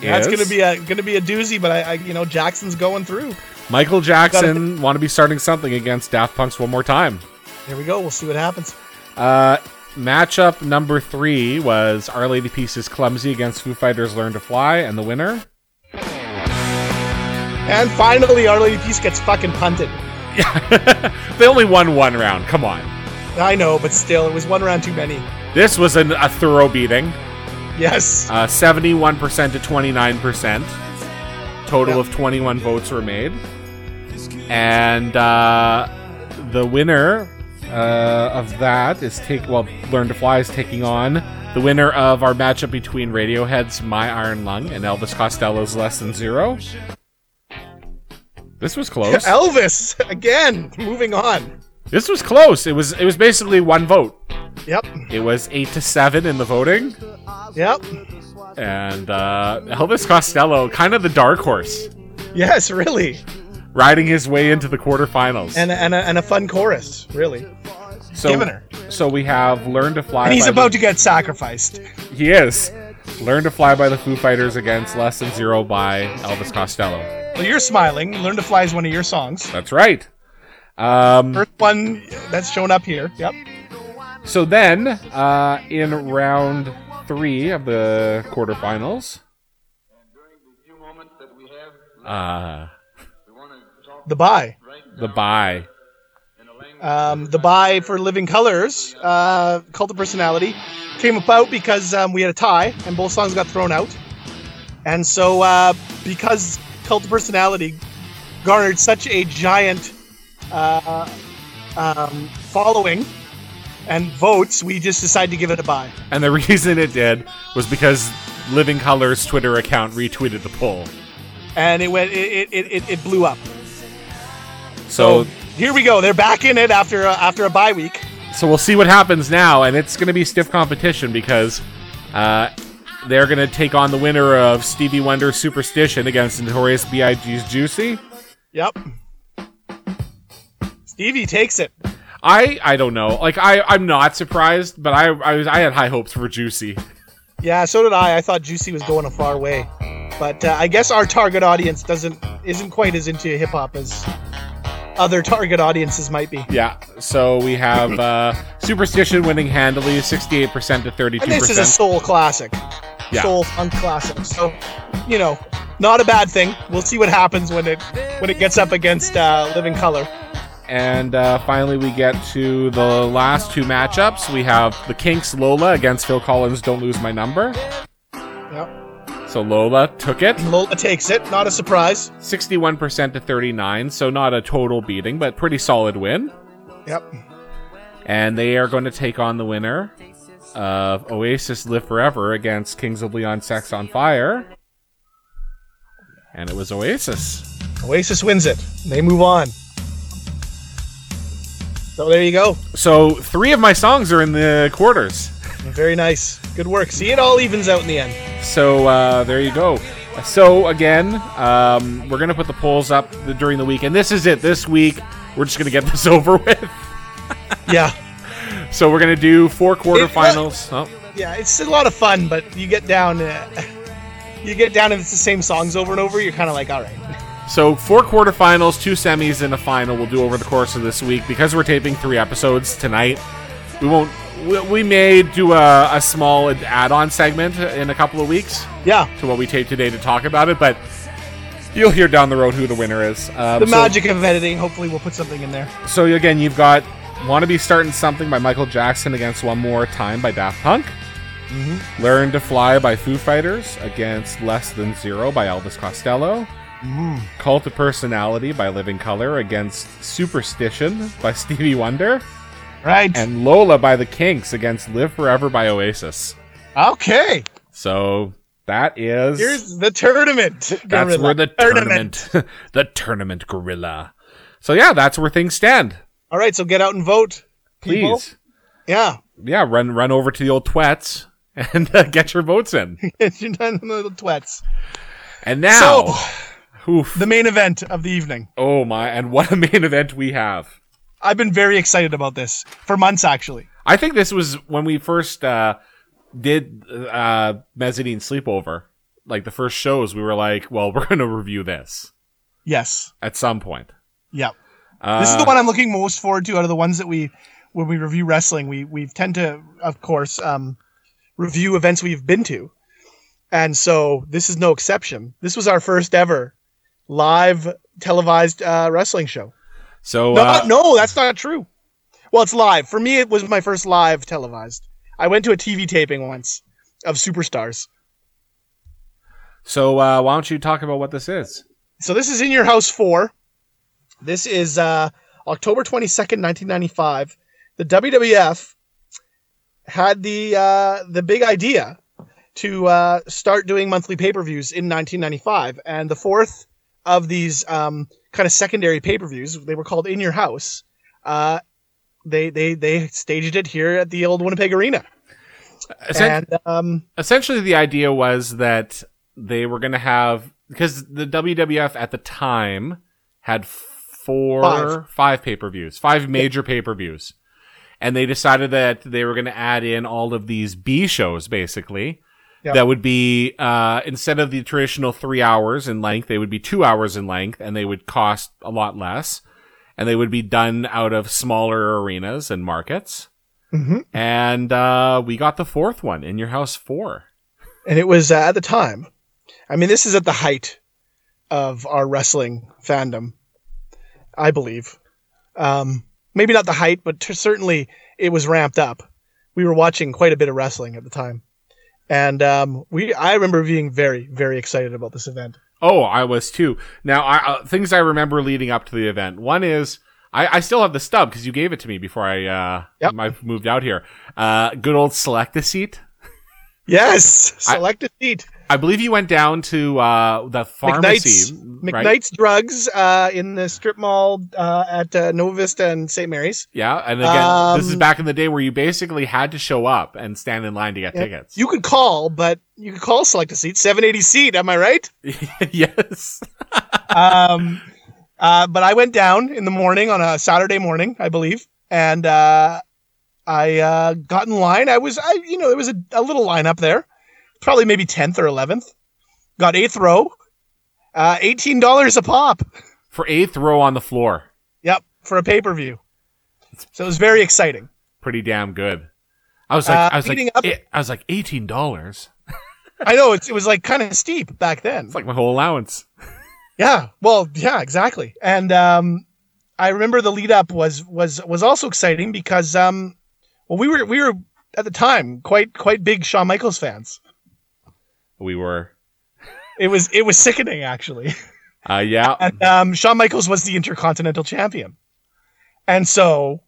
That's is- gonna be a gonna be a doozy, but I, I you know Jackson's going through. Michael Jackson want to be starting something against Daft Punk's one more time. Here we go. We'll see what happens. Uh, matchup number three was Our Lady Peace is Clumsy against Foo Fighters Learn to Fly, and the winner. And finally, Our Lady Peace gets fucking punted. they only won one round. Come on, I know, but still, it was one round too many. this was an, a thorough beating. Yes. Uh, Seventy-one percent to twenty-nine percent. Total Yeah. of twenty-one votes were made, and uh, the winner uh, of that is take well, Learn to Fly is taking on the winner of our matchup between Radiohead's My Iron Lung and Elvis Costello's Less Than Zero. This was close. Elvis again. Moving on. this was close. It was it was basically one vote. Yep. It was eight to seven in the voting, Yep. and uh, Elvis Costello, kind of the dark horse. Yes, really. riding his way into the quarterfinals. And a, and a, and a fun chorus, really. so, giving her. so we have Learn to Fly. And he's by about to the, get sacrificed. He is. Learn to Fly by the Foo Fighters against Less Than Zero by Elvis Costello. Well, you're smiling. Learn to Fly is one of your songs. That's right. Um, First one that's shown up here. Yep. so then, uh, in round three of the quarterfinals, uh, The Bye. the bye. Um, the Bye for Living Colors, uh, Cult of Personality, came about because um, we had a tie and both songs got thrown out. And so, uh, because Cult of Personality garnered such a giant uh, um, following and votes, we just decided to give it a bye. And the reason it did was because Living Color's Twitter account retweeted the poll. And it went, it, it, it, it blew up. Oh. So here we go. They're back in it after a, after a bye week. So we'll see what happens now, and it's going to be stiff competition because uh, they're going to take on the winner of Stevie Wonder's Superstition against Notorious B.I.G.'s Juicy. Yep. Stevie takes it. I I don't know. Like I I'm not surprised, but I I, was, I had high hopes for Juicy. Yeah, so did I. I thought Juicy was going a far way, but uh, I guess our target audience doesn't isn't quite as into hip hop as other target audiences might be. Yeah. So we have uh, Superstition winning handily, 68% to 32%. And this is a soul classic. Yeah. Soul Funk Classic. So, you know, not a bad thing. We'll see what happens when it when it gets up against uh, Living Color. And uh, finally, we get to the last two matchups. We have the Kinks Lola against Phil Collins' Don't Lose My Number. Yep. So Lola took it Lola takes it. Not a surprise. 61% to 39, so not a total beating, but pretty solid win. Yep. And they are going to take on the winner of Oasis Live Forever against Kings of Leon Sex on Fire. And it was Oasis. Oasis wins it. They move on. So there you go. So three of my songs are in the quarters. Very nice. Good work. See, it all evens out in the end. So uh, there you go. So again, um, we're gonna put the polls up the, during the week, and this is it. This week, we're just gonna get this over with. Yeah. So we're gonna do four quarterfinals. Oh, Yeah, it's a lot of fun, but you get down, uh, you get down, and it's the same songs over and over. You're kind of like, all right, So four quarterfinals, two semis, and a final. We'll do over the course of this week because we're taping three episodes tonight. We won't. We, we may do a, a small add-on segment in a couple of weeks yeah, to what we taped today to talk about it, but you'll hear down the road who the winner is. Um, the so- magic of editing. Hopefully, we'll put something in there. So again, you've got "Wanna Be Starting Something" by Michael Jackson against "One More Time" by Daft Punk. Mm-hmm. "Learn to Fly" by Foo Fighters against "Less Than Zero" by Elvis Costello. Mm-hmm. "Cult of Personality" by Living Color against "Superstition" by Stevie Wonder, Right. and "Lola" by the Kinks against "Live Forever" by Oasis. okay. So that is Here's the tournament. that's Gorilla. where the tournament, the tournament gorilla. So yeah, that's where things stand. All right, so get out and vote, Please. people. Yeah. yeah, run run over to the old twats and uh, get your votes in. You're done with the little twats. And now, oof, The main event of the evening. oh my, and what a main event we have. I've been very excited about this for months, actually. I think this was when we first uh, did uh, Mezzanine Sleepover, like the first shows. We were like, well, we're going to review this Yes. at some point. Yeah. Uh, This is the one I'm looking most forward to out of the ones that we when we review wrestling, we we tend to, of course, um, review events we've been to, and so this is no exception. This was our first ever live televised uh, wrestling show. So No, uh, no, that's not true. Well, it's live for me. It was my first live televised. I went to a TV taping once of Superstars. so uh, why don't you talk about what this is? So this is in your house four. This is uh, October twenty second, nineteen ninety five. The WWF had the uh, the big idea to uh, start doing monthly pay per views in nineteen ninety five, and the fourth of these um, kind of secondary pay per views, they were called In Your House. Uh, they they they staged it here at the old Winnipeg Arena, Essen- and um, essentially the idea was that they were going to have because the WWF at the time had four Five. pay-per-views, five major pay-per-views. And they decided that they were going to add in all of these B shows basically. Yeah. That would be uh, instead of the traditional 3 hours in length, they would be 2 hours in length and they would cost a lot less and they would be done out of smaller arenas and markets. Mhm. And uh, we got the fourth one in your house 4. and it was uh, at the time. I mean, this is at the height of our wrestling fandom, I believe. Um, maybe not the height, but t- certainly it was ramped up. We were watching quite a bit of wrestling at the time, and um, we I remember being very very excited about this event. Oh, I was too. Now, I, uh, things I remember leading up to the event. One is I, I still have the stub because you gave it to me before I uh, Yep. I moved out here. Uh, good old select a seat. Yes, select a seat. I believe you went down to uh, the McKnight's, pharmacy. right? McKnight's Drugs uh, in the strip mall uh, at uh, Nova Vista and St. Mary's. Yeah, and again, this is Um, back in the day where you basically had to show up and stand in line to get Yeah. tickets. You could call, but you could call select a seat, 780 seat. Am I right? yes. um, uh, but I went down in the morning on a Saturday morning, I believe, and uh, I uh, got in line. I was, I, you know, there was a, a little line up there, probably maybe tenth or eleventh. Got eighth row, uh, eighteen dollars a pop. For eighth row on the floor, Yep, for a pay per view. So it was very exciting. pretty damn good. I was like, Uh, I was like, leading up- eh, I was like, eighteen dollars. I know it's, it was like kind of steep back then. It's like my whole allowance. Yeah. Well, yeah, exactly. And um, I remember the lead up was was was also exciting because um, well, we were we were at the time quite quite big Shawn Michaels fans. We were. It was it was sickening actually. Uh, yeah. And um, Shawn Michaels was the Intercontinental Champion, and so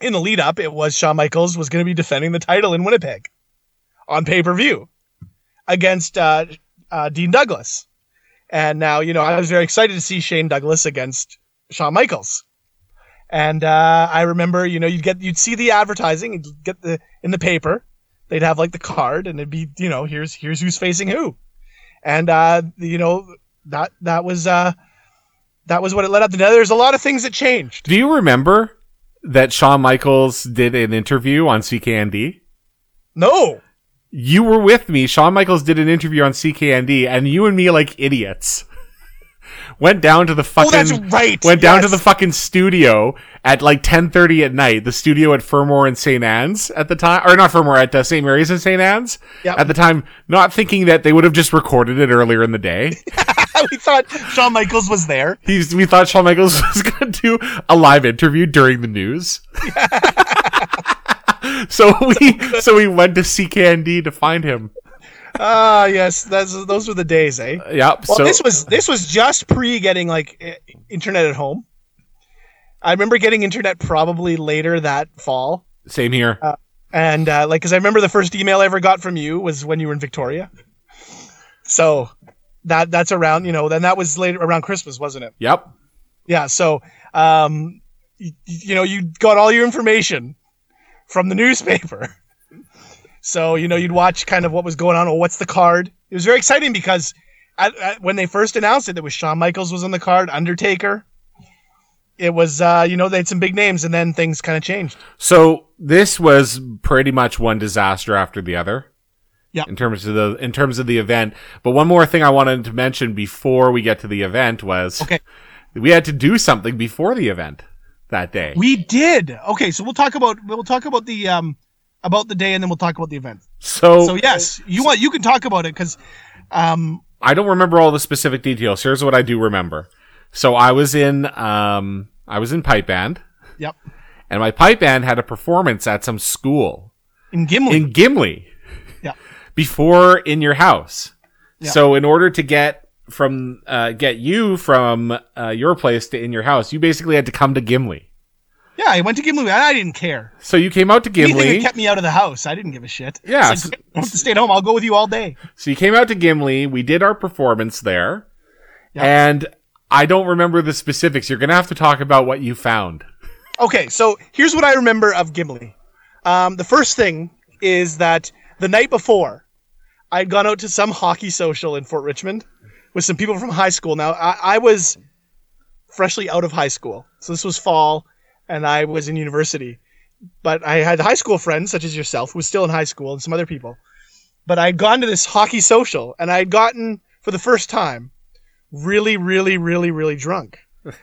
in the lead up, it was Shawn Michaels was going to be defending the title in Winnipeg on pay per view against uh, uh, Dean Douglas. And now, you know, I was very excited to see Shane Douglas against Shawn Michaels. And uh, I remember, you know, you'd get you'd see the advertising, you'd get the in the paper, they'd have like the card, and it'd be, you know, here's here's who's facing who, and uh, you know that that was uh, that was what it led up to. Now, there's a lot of things that changed. Do you remember that Shawn Michaels did an interview on CKND? No, You were with me. Shawn Michaels did an interview on CKND, and you and me, like idiots, went down to oh, the fucking. that's right. went down to yes. the fucking studio at like 10:30 at night. The studio at Fermor and St. Anne's at the time, or not Fermor at uh, St. Mary's and St. Anne's Yep. at the time. Not thinking that they would have just recorded it earlier in the day. we thought Shawn Michaels was there. He's, we thought Shawn Michaels was going to do a live interview during the news. so we so we went to CKND to find him. Ah, yes, that's those were the days, eh? Yep. Well, so this was this was just pre getting like i- internet at home. I remember getting internet probably later that fall, same here. and uh, like because I remember the first email I ever got from you was when you were in Victoria. So that that's around you know then that was later around Christmas, wasn't it? yep. Yeah. So um, you, you know you got all your information from the newspaper. So you know you'd watch kind of what was going on. Oh, what's the card? It was very exciting because at, at, when they first announced it, it was Shawn Michaels was on the card, Undertaker. It was uh, you know they had some big names, and then things kind of changed. So this was pretty much one disaster after the other. Yeah. In terms of the in terms of the event, but one more thing I wanted to mention before we get to the event was Okay. we had to do something before the event that day. We did okay. So we'll talk about we'll talk about the um about the day, and then we'll talk about the event. So, So yes, you want you can talk about it because um I don't remember all the specific details. Here's what I do remember. So I was in um I was in pipe band yep and my pipe band had a performance at some school in Gimli in Gimli. Yeah. Before in your house. Yeah. So in order to get from uh, get you from uh, your place to in your house, you basically had to come to Gimli. Yeah, I went to Gimli. and I didn't care. So you came out to Anything Gimli. that kept me out of the house, I didn't give a shit. Yeah, It's like, "Don't stay at home. I'll go with you all day. so you came out to Gimli. We did our performance there, Yeah. and I don't remember the specifics. You're gonna have to talk about what you found. Okay, so here's what I remember of Gimli. Um, the first thing is that the night before, I'd gone out to some hockey social in Fort Richmond with some people from high school. Now I, I was freshly out of high school, so this was fall, and I was in university. But I had high school friends such as yourself, who was still in high school, and some other people. But I'd gone to this hockey social, and I had gotten for the first time really, really, really, really drunk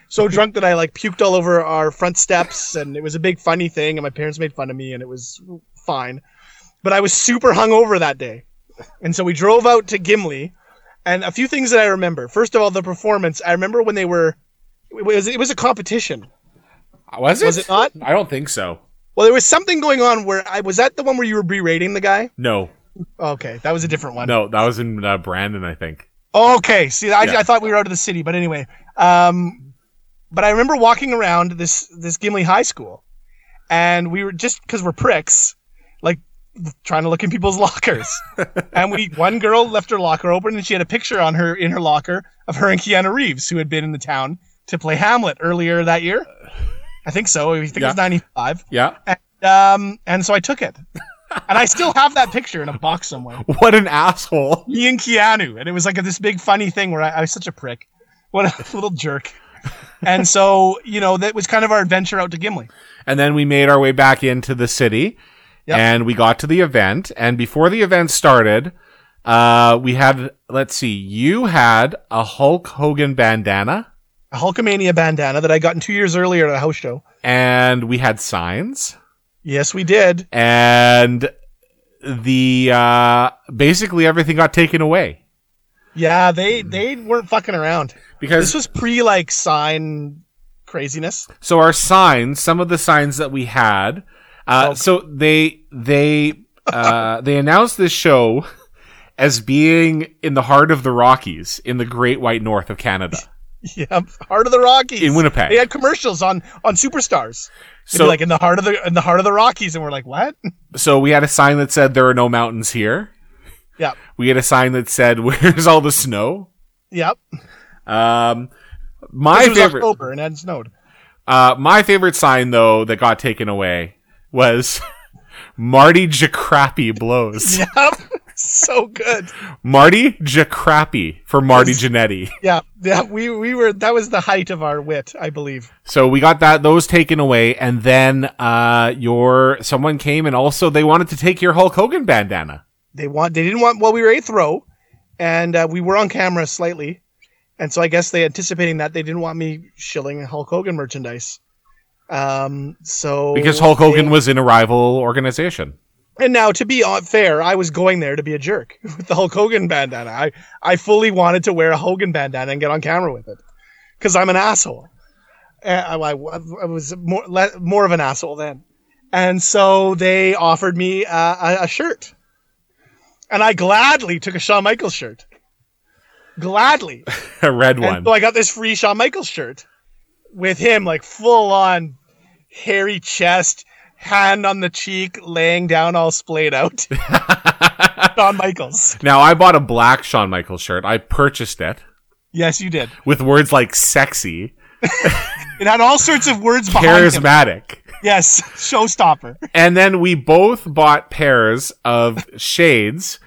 so drunk that I like puked all over our front steps, and it was a big funny thing, and my parents made fun of me, and it was fine. But I was super hungover that day, and so we drove out to Gimli, and a few things that I remember. First of all, the performance. I remember when they were, it was it was a competition. Was it? Was it not? I don't think so. Well, there was something going on where I was that the one where you were berating the guy. No, Okay, that was a different one. no, that was in uh, Brandon, I think. Okay. See, I, Yeah. I thought we were out of the city, but anyway. Um, but I remember walking around this this Gimli High School, and we were just because we're pricks, like trying to look in people's lockers. and we one girl left her locker open, and she had a picture on her in her locker of her and Keanu Reeves, who had been in the town to play Hamlet earlier that year. I think so. I think it Yeah. was '95. Yeah. Um, and so I took it, and I still have that picture in a box somewhere What an asshole. me and Keanu, and it was like this big funny thing where I, I was such a prick, what a little jerk. And so you know that was kind of our adventure out to Gimli. And then we made our way back into the city Yep. and we got to the event. And before the event started, uh, we had, let's see, you had a Hulk Hogan bandana A Hulkamania bandana that I got in two years earlier at a house show. and we had signs Yes, we did. and the uh, basically everything got taken away Yeah, they Hmm. they weren't fucking around. This because was pre like sign craziness. so our signs, some of the signs that we had, uh, Oh. so they they uh, they announced this show as being in the heart of the Rockies in the Great White North of Canada Yep, heart of the Rockies in Winnipeg. They had commercials on on superstars. So So like in the heart of the in the heart of the Rockies, and we're like, what? so we had a sign that said there are no mountains here. yep, We had a sign that said where's all the snow. yep. Um, I my it was favorite. October and it had snowed. Uh, my favorite sign though that got taken away was Marty Jacrappy blows. Yep, so good. Marty Jacrappy for Marty Janetti. Yeah, yeah. We we were that was the height of our wit, I believe. So we got that those taken away, and then uh, your someone came and also they wanted to take your Hulk Hogan bandana. They want they didn't want well we were eighth row, and uh, we were on camera slightly, and so I guess they anticipating that they didn't want me shilling Hulk Hogan merchandise. Um, so Because Hulk Hogan they- was in a rival organization. And now, to be on- fair, I was going there to be a jerk with the Hulk Hogan bandana. I, I fully wanted to wear a Hogan bandana and get on camera with it because I'm an asshole. Uh, I, I, I was more, le- more of an asshole then. And so they offered me uh, a, a shirt. And I gladly took a Shawn Michaels shirt. Gladly. a red one. And so I got this free Shawn Michaels shirt with him like full on hairy chest, hand on the cheek, laying down all splayed out. Shawn Michaels. now I bought a black Shawn Michaels shirt. I purchased it Yes, you did. with words like sexy, It had all sorts of words behind him. charismatic. Yes, showstopper. And then we both bought pairs of shades,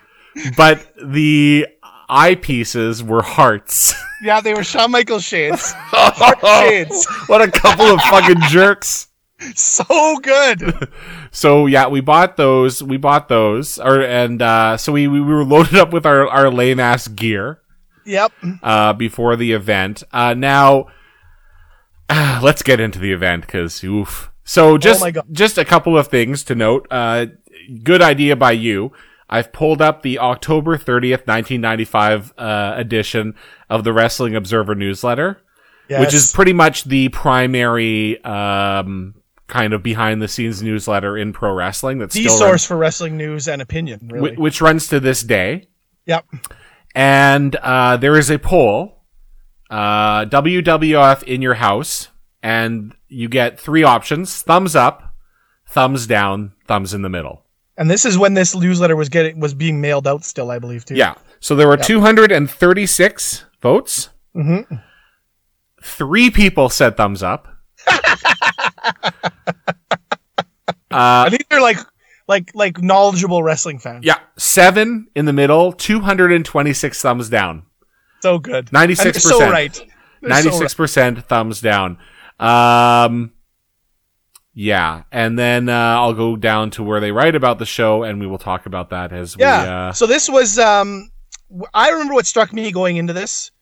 but the eyepieces were hearts. Yeah, they were Shawn Michaels shades. Heart shades. Oh, what a couple of fucking jerks. So good. So yeah, we bought those. We bought those, or and uh, so we, we were loaded up with our our lame ass gear Yep. uh, before the event. Uh, now let's get into the event because oof. So just Oh my God. just a couple of things to note. Uh, good idea by you. I've pulled up the October thirtieth, nineteen ninety five uh, edition of the Wrestling Observer newsletter Yes. which is pretty much the primary um, kind of behind the scenes newsletter in pro wrestling that's the still source for wrestling news and opinion, run- really. whi- which runs to this day. yep. And uh, there is a poll, uh, WWF in your house, and you get three options: thumbs up, thumbs down, thumbs in the middle. And this is when this newsletter was getting was being mailed out still, I believe, too. Yeah. So there were 236 votes. Mhm. Three people said thumbs up. Uh, I think they're like like like knowledgeable wrestling fans. Yeah, seven in the middle, 226 thumbs down, So good. 96%. And they're so right. They're so 96% thumbs down. Um, yeah, and then uh, I'll go down to where they write about the show, and we will talk about that as Yeah. we. Uh, So this was um w- I remember what struck me going into this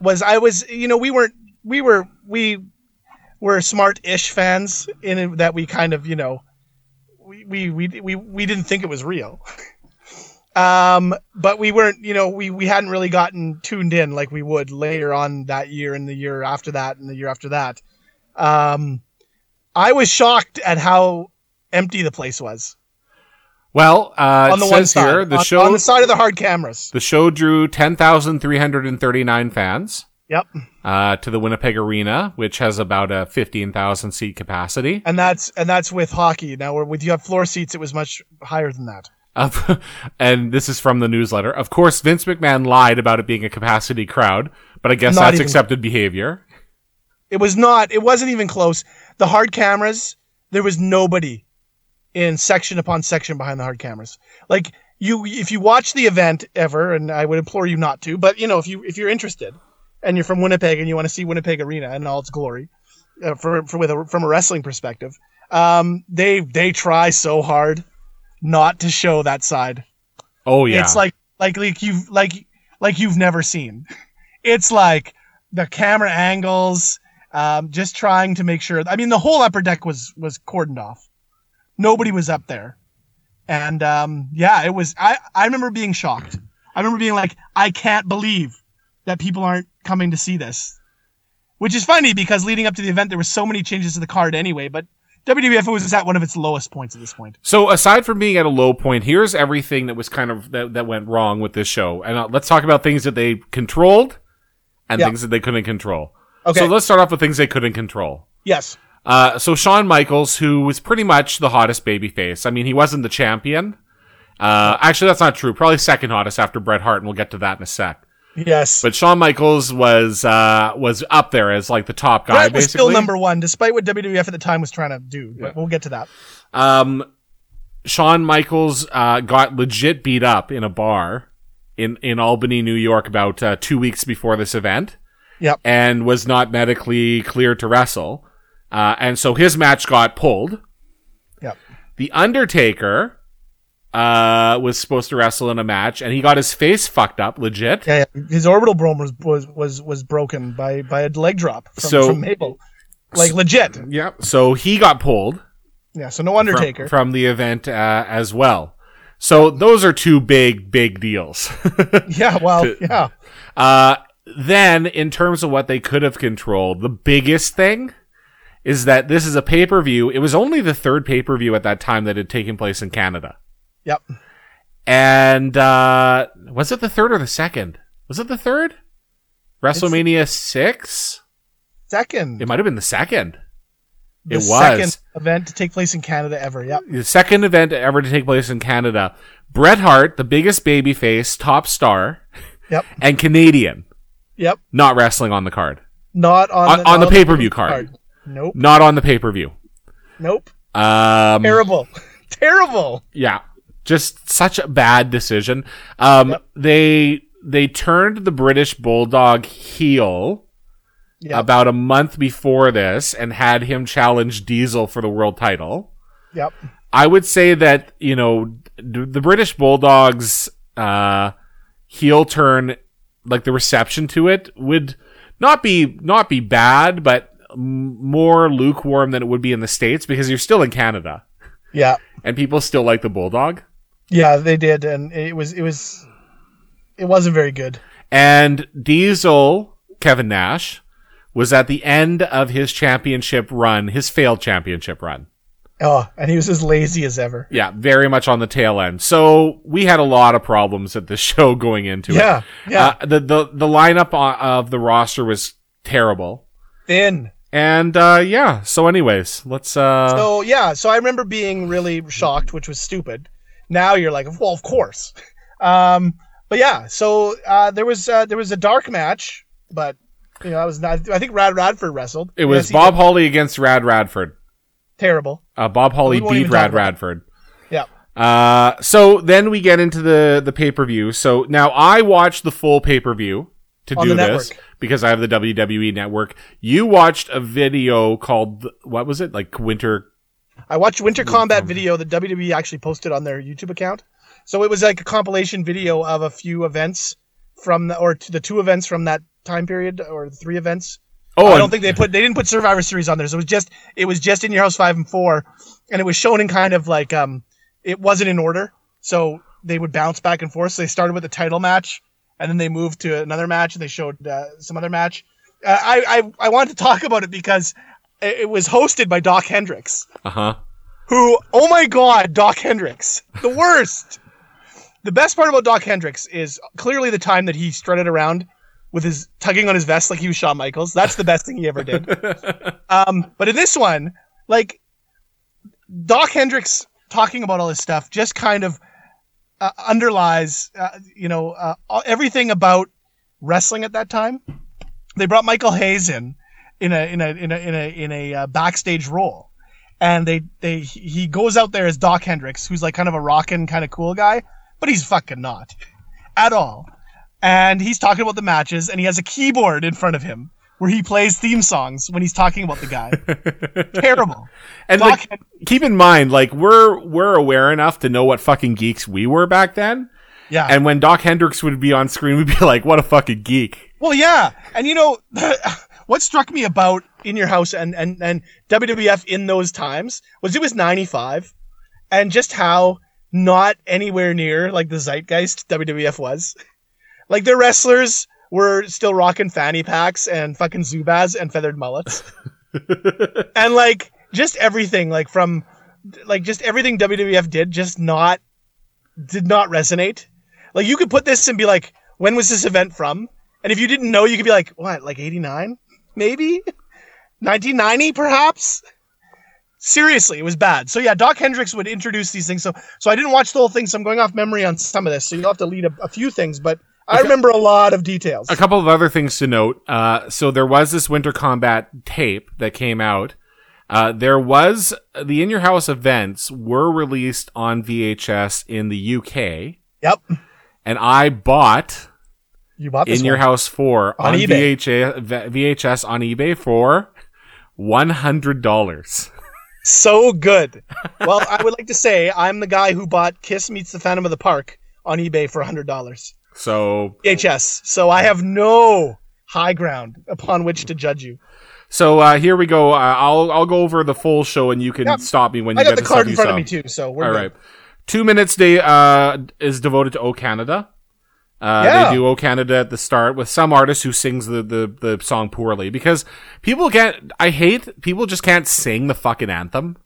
was I was you know we weren't we were we were smart-ish fans in it- that we kind of, you know, we we we we, we didn't think it was real. Um, but we weren't, you know, we, we hadn't really gotten tuned in like we would later on that year and the year after that and the year after that. Um, I was shocked at how empty the place was well, uh, on the it one says side, here the on, show on the side of the hard cameras. the show drew 10,339 fans Yep, uh, to the Winnipeg Arena, which has about a 15,000 seat capacity. and that's and that's with hockey. Now, where with you have floor seats, it was much higher than that. Of, and this is from the newsletter. Of course, Vince McMahon lied about it being a capacity crowd, but I guess Not that's even- accepted behavior. It was not. It wasn't even close. The hard cameras. There was nobody in section upon section behind the hard cameras. Like you, if you watch the event ever, and I would implore you not to, but you know, if you if you're interested, and you're from Winnipeg and you want to see Winnipeg Arena in all its glory, uh, for, for with a, from a wrestling perspective, um, they they try so hard not to show that side. Oh yeah, It's like like like you've like like you've never seen. It's like the camera angles, um, just trying to make sure. I mean, the whole upper deck was was cordoned off. Nobody was up there, And um, yeah, it was. I I remember being shocked. I remember being like, I can't believe that people aren't coming to see this. Which is funny because leading up to the event, there were so many changes to the card anyway. But WWF was at one of its lowest points at this point. So aside from being at a low point, here's everything that was kind of that, that went wrong with this show, and uh, let's talk about things that they controlled and Yeah. things that they couldn't control. Okay. So let's start off with things they couldn't control. yes. Uh, so Shawn Michaels, who was pretty much the hottest babyface. I mean, he wasn't the champion. Uh, actually, that's not true. Probably second hottest after Bret Hart, and we'll get to that in a sec. Yes. But Shawn Michaels was uh, was up there as like the top guy. Brett was basically. still number one, despite what WWF at the time was trying to do. But we'll get to that. Um, Shawn Michaels uh, got legit beat up in a bar in in Albany, New York, about uh, two weeks before this event. Yep. and was not medically cleared to wrestle, uh, and so his match got pulled. Yep. The Undertaker uh, was supposed to wrestle in a match, and he got his face fucked up, legit. Yeah, yeah. His orbital bone was was was, was broken by by a leg drop from, So- from Mabel. Like legit. Yep. So he got pulled. Yeah. So no Undertaker. from, from the event uh, as well. So those are two big, big deals. yeah. Well. yeah. Uh, then, in terms of what they could have controlled, the biggest thing is that this is a pay per view. It was only the third pay per view at that time that had taken place in Canada. Yep. And uh, was it the third or the second? Was it the third? WrestleMania 6? Second. It might have been the second. the it was. second event to take place in Canada ever. Yep. the second event ever to take place in Canada. Bret Hart, the biggest babyface, top star, Yep. and Canadian, Yep. not wrestling on the card. Uh, Not on On- the, on the not pay-per-view card. Nope. Not on the pay per view. Nope. Um, Terrible. Terrible. yeah, just such a bad decision. Um, They they turned the British Bulldog heel Yeah. about a month before this and had him challenge Diesel for the world title. Yep. I would say that you know d- the British Bulldogs uh, heel turn, like the reception to it, would not be not be bad, but m- more lukewarm than it would be in the states because you're still in Canada Yeah. and people still like the Bulldog. Yeah. They did, and it was it was it wasn't very good. And Diesel Kevin Nash was at the end of his championship run, his failed championship run. Oh, and he was as lazy as ever. Yeah, very much on the tail end. So we had a lot of problems at this show going into it. Yeah. Yeah. Uh, the the the lineup o- of the roster was terrible. Thin. And uh, yeah, so anyways, let's uh So yeah, so I remember being really shocked, which was stupid. Now you're like, well, of course. Um, but yeah, so uh, there was uh, there was a dark match, but you know that was not. I think Rad Radford wrestled. it was Yes, he Bob did. Hawley against Rad Radford. Terrible. Uh, Bob Hawley We won't beat even talk Rad about it. Radford. Yeah. Uh, so then we get into the the pay per view. So now I watched the full pay per view to On do the this network. because I have the WWE network. You watched a video called what was it like Winter I watched Winter Combat video that WWE actually posted on their YouTube account. So it was like a compilation video of a few events from the, or t the two events from that time period or the three events. Oh, I don't and- think they put they didn't put Survivor Series on there. So it was just it was just in your house five and four, and it was shown in kind of like um it wasn't in order. So they would bounce back and forth. So they started with the title match, and then they moved to another match, and they showed uh, some other match. Uh, I, I I wanted to talk about it because it, it was hosted by Doc Hendricks Uh huh. who, oh my god, Doc Hendricks, the worst. the best part about Doc Hendricks is clearly the time that he strutted around with his tugging on his vest like he was Shawn Michaels. That's the best thing he ever did. um, but in this one, like Doc Hendricks talking about all this stuff just kind of uh, underlies, uh, you know, uh, all- everything about wrestling at that time. They brought Michael Hayes in in a in a in a in a in a uh, backstage role and they they he goes out there as Doc Hendricks, who's like kind of a rockin' kind of cool guy, but he's fucking not at all. And he's talking about the matches, and he has a keyboard in front of him where he plays theme songs when he's talking about the guy. Terrible. And Doc like, keep in mind, like we're we're aware enough to know what fucking geeks we were back then. Yeah. And when Doc Hendricks would be on screen, we'd be like, "What a fucking geek!" Well, yeah, and you know what struck me about In Your House and and and WWF in those times was it was '95, and just how not anywhere near like the zeitgeist WWF was. Like their wrestlers were still rocking fanny packs and fucking Zubaz and feathered mullets. and like just everything, like from like just everything WWF did just not did not resonate. Like you could put this and be like, when was this event from? And if you didn't know, you could be like, what, like 89? Maybe? 1990 perhaps? Seriously, it was bad. So yeah, Doc Hendricks would introduce these things. So so I didn't watch the whole thing, so I'm going off memory on some of this. So you'll have to lead a, a few things, but I remember a lot of details. A couple of other things to note. Uh, so there was this Winter Combat tape that came out. Uh, there was the In Your House events were released on VHS in the UK, Yep. and I bought You bought this In Your one. House four On on, uh, eBay. VHS, VHS on eBay for one hundred dollars. So good. Well, I would like to say I'm the guy who bought Kiss Meets the Phantom of the Park on eBay for $100. So VHS. So I have no high ground upon which to judge you. so uh, here we go. Uh, I'll I'll go over the full show, and you can Yep. stop me when I you got get the to card stuff in you front of saw. me too, so we're All good. right. Two minutes day uh, is devoted to O Canada. Uh, Yeah. They do O Canada at the start with some artist who sings the, the, the song poorly because people can't. I hate people just can't sing the fucking anthem,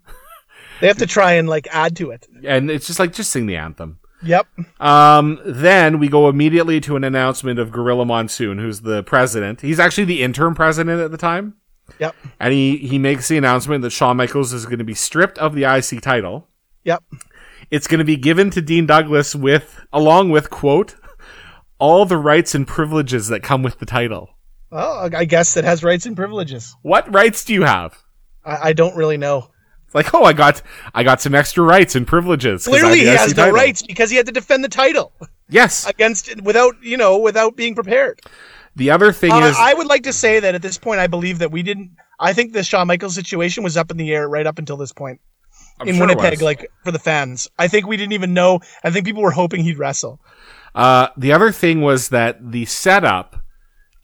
They have to try and like add to it. and it's just like just sing the anthem. Yep. Um, then we go immediately to an announcement of Gorilla Monsoon, who's the president. He's actually the interim president at the time, Yep. and he he makes the announcement that Shawn Michaels is going to be stripped of the IC title. Yep. it's going to be given to Dean Douglas with along with quote all the rights and privileges that come with the title. Well, I guess it has rights and privileges. What rights do you have? I, I don't really know. It's like, oh, I got I got some extra rights and privileges. 'cause I Clearly, he have the IC has no title. rights because he had to defend the title Yes. against without you know without being prepared. The other thing Uh, is, I would like to say that at this point, I believe that we didn't. I think the Shawn Michaels situation was up in the air right up until this point I'm in sure it Winnipeg, was. like for the fans. I think we didn't even know. I think people were hoping he'd wrestle. Uh, the other thing was that the setup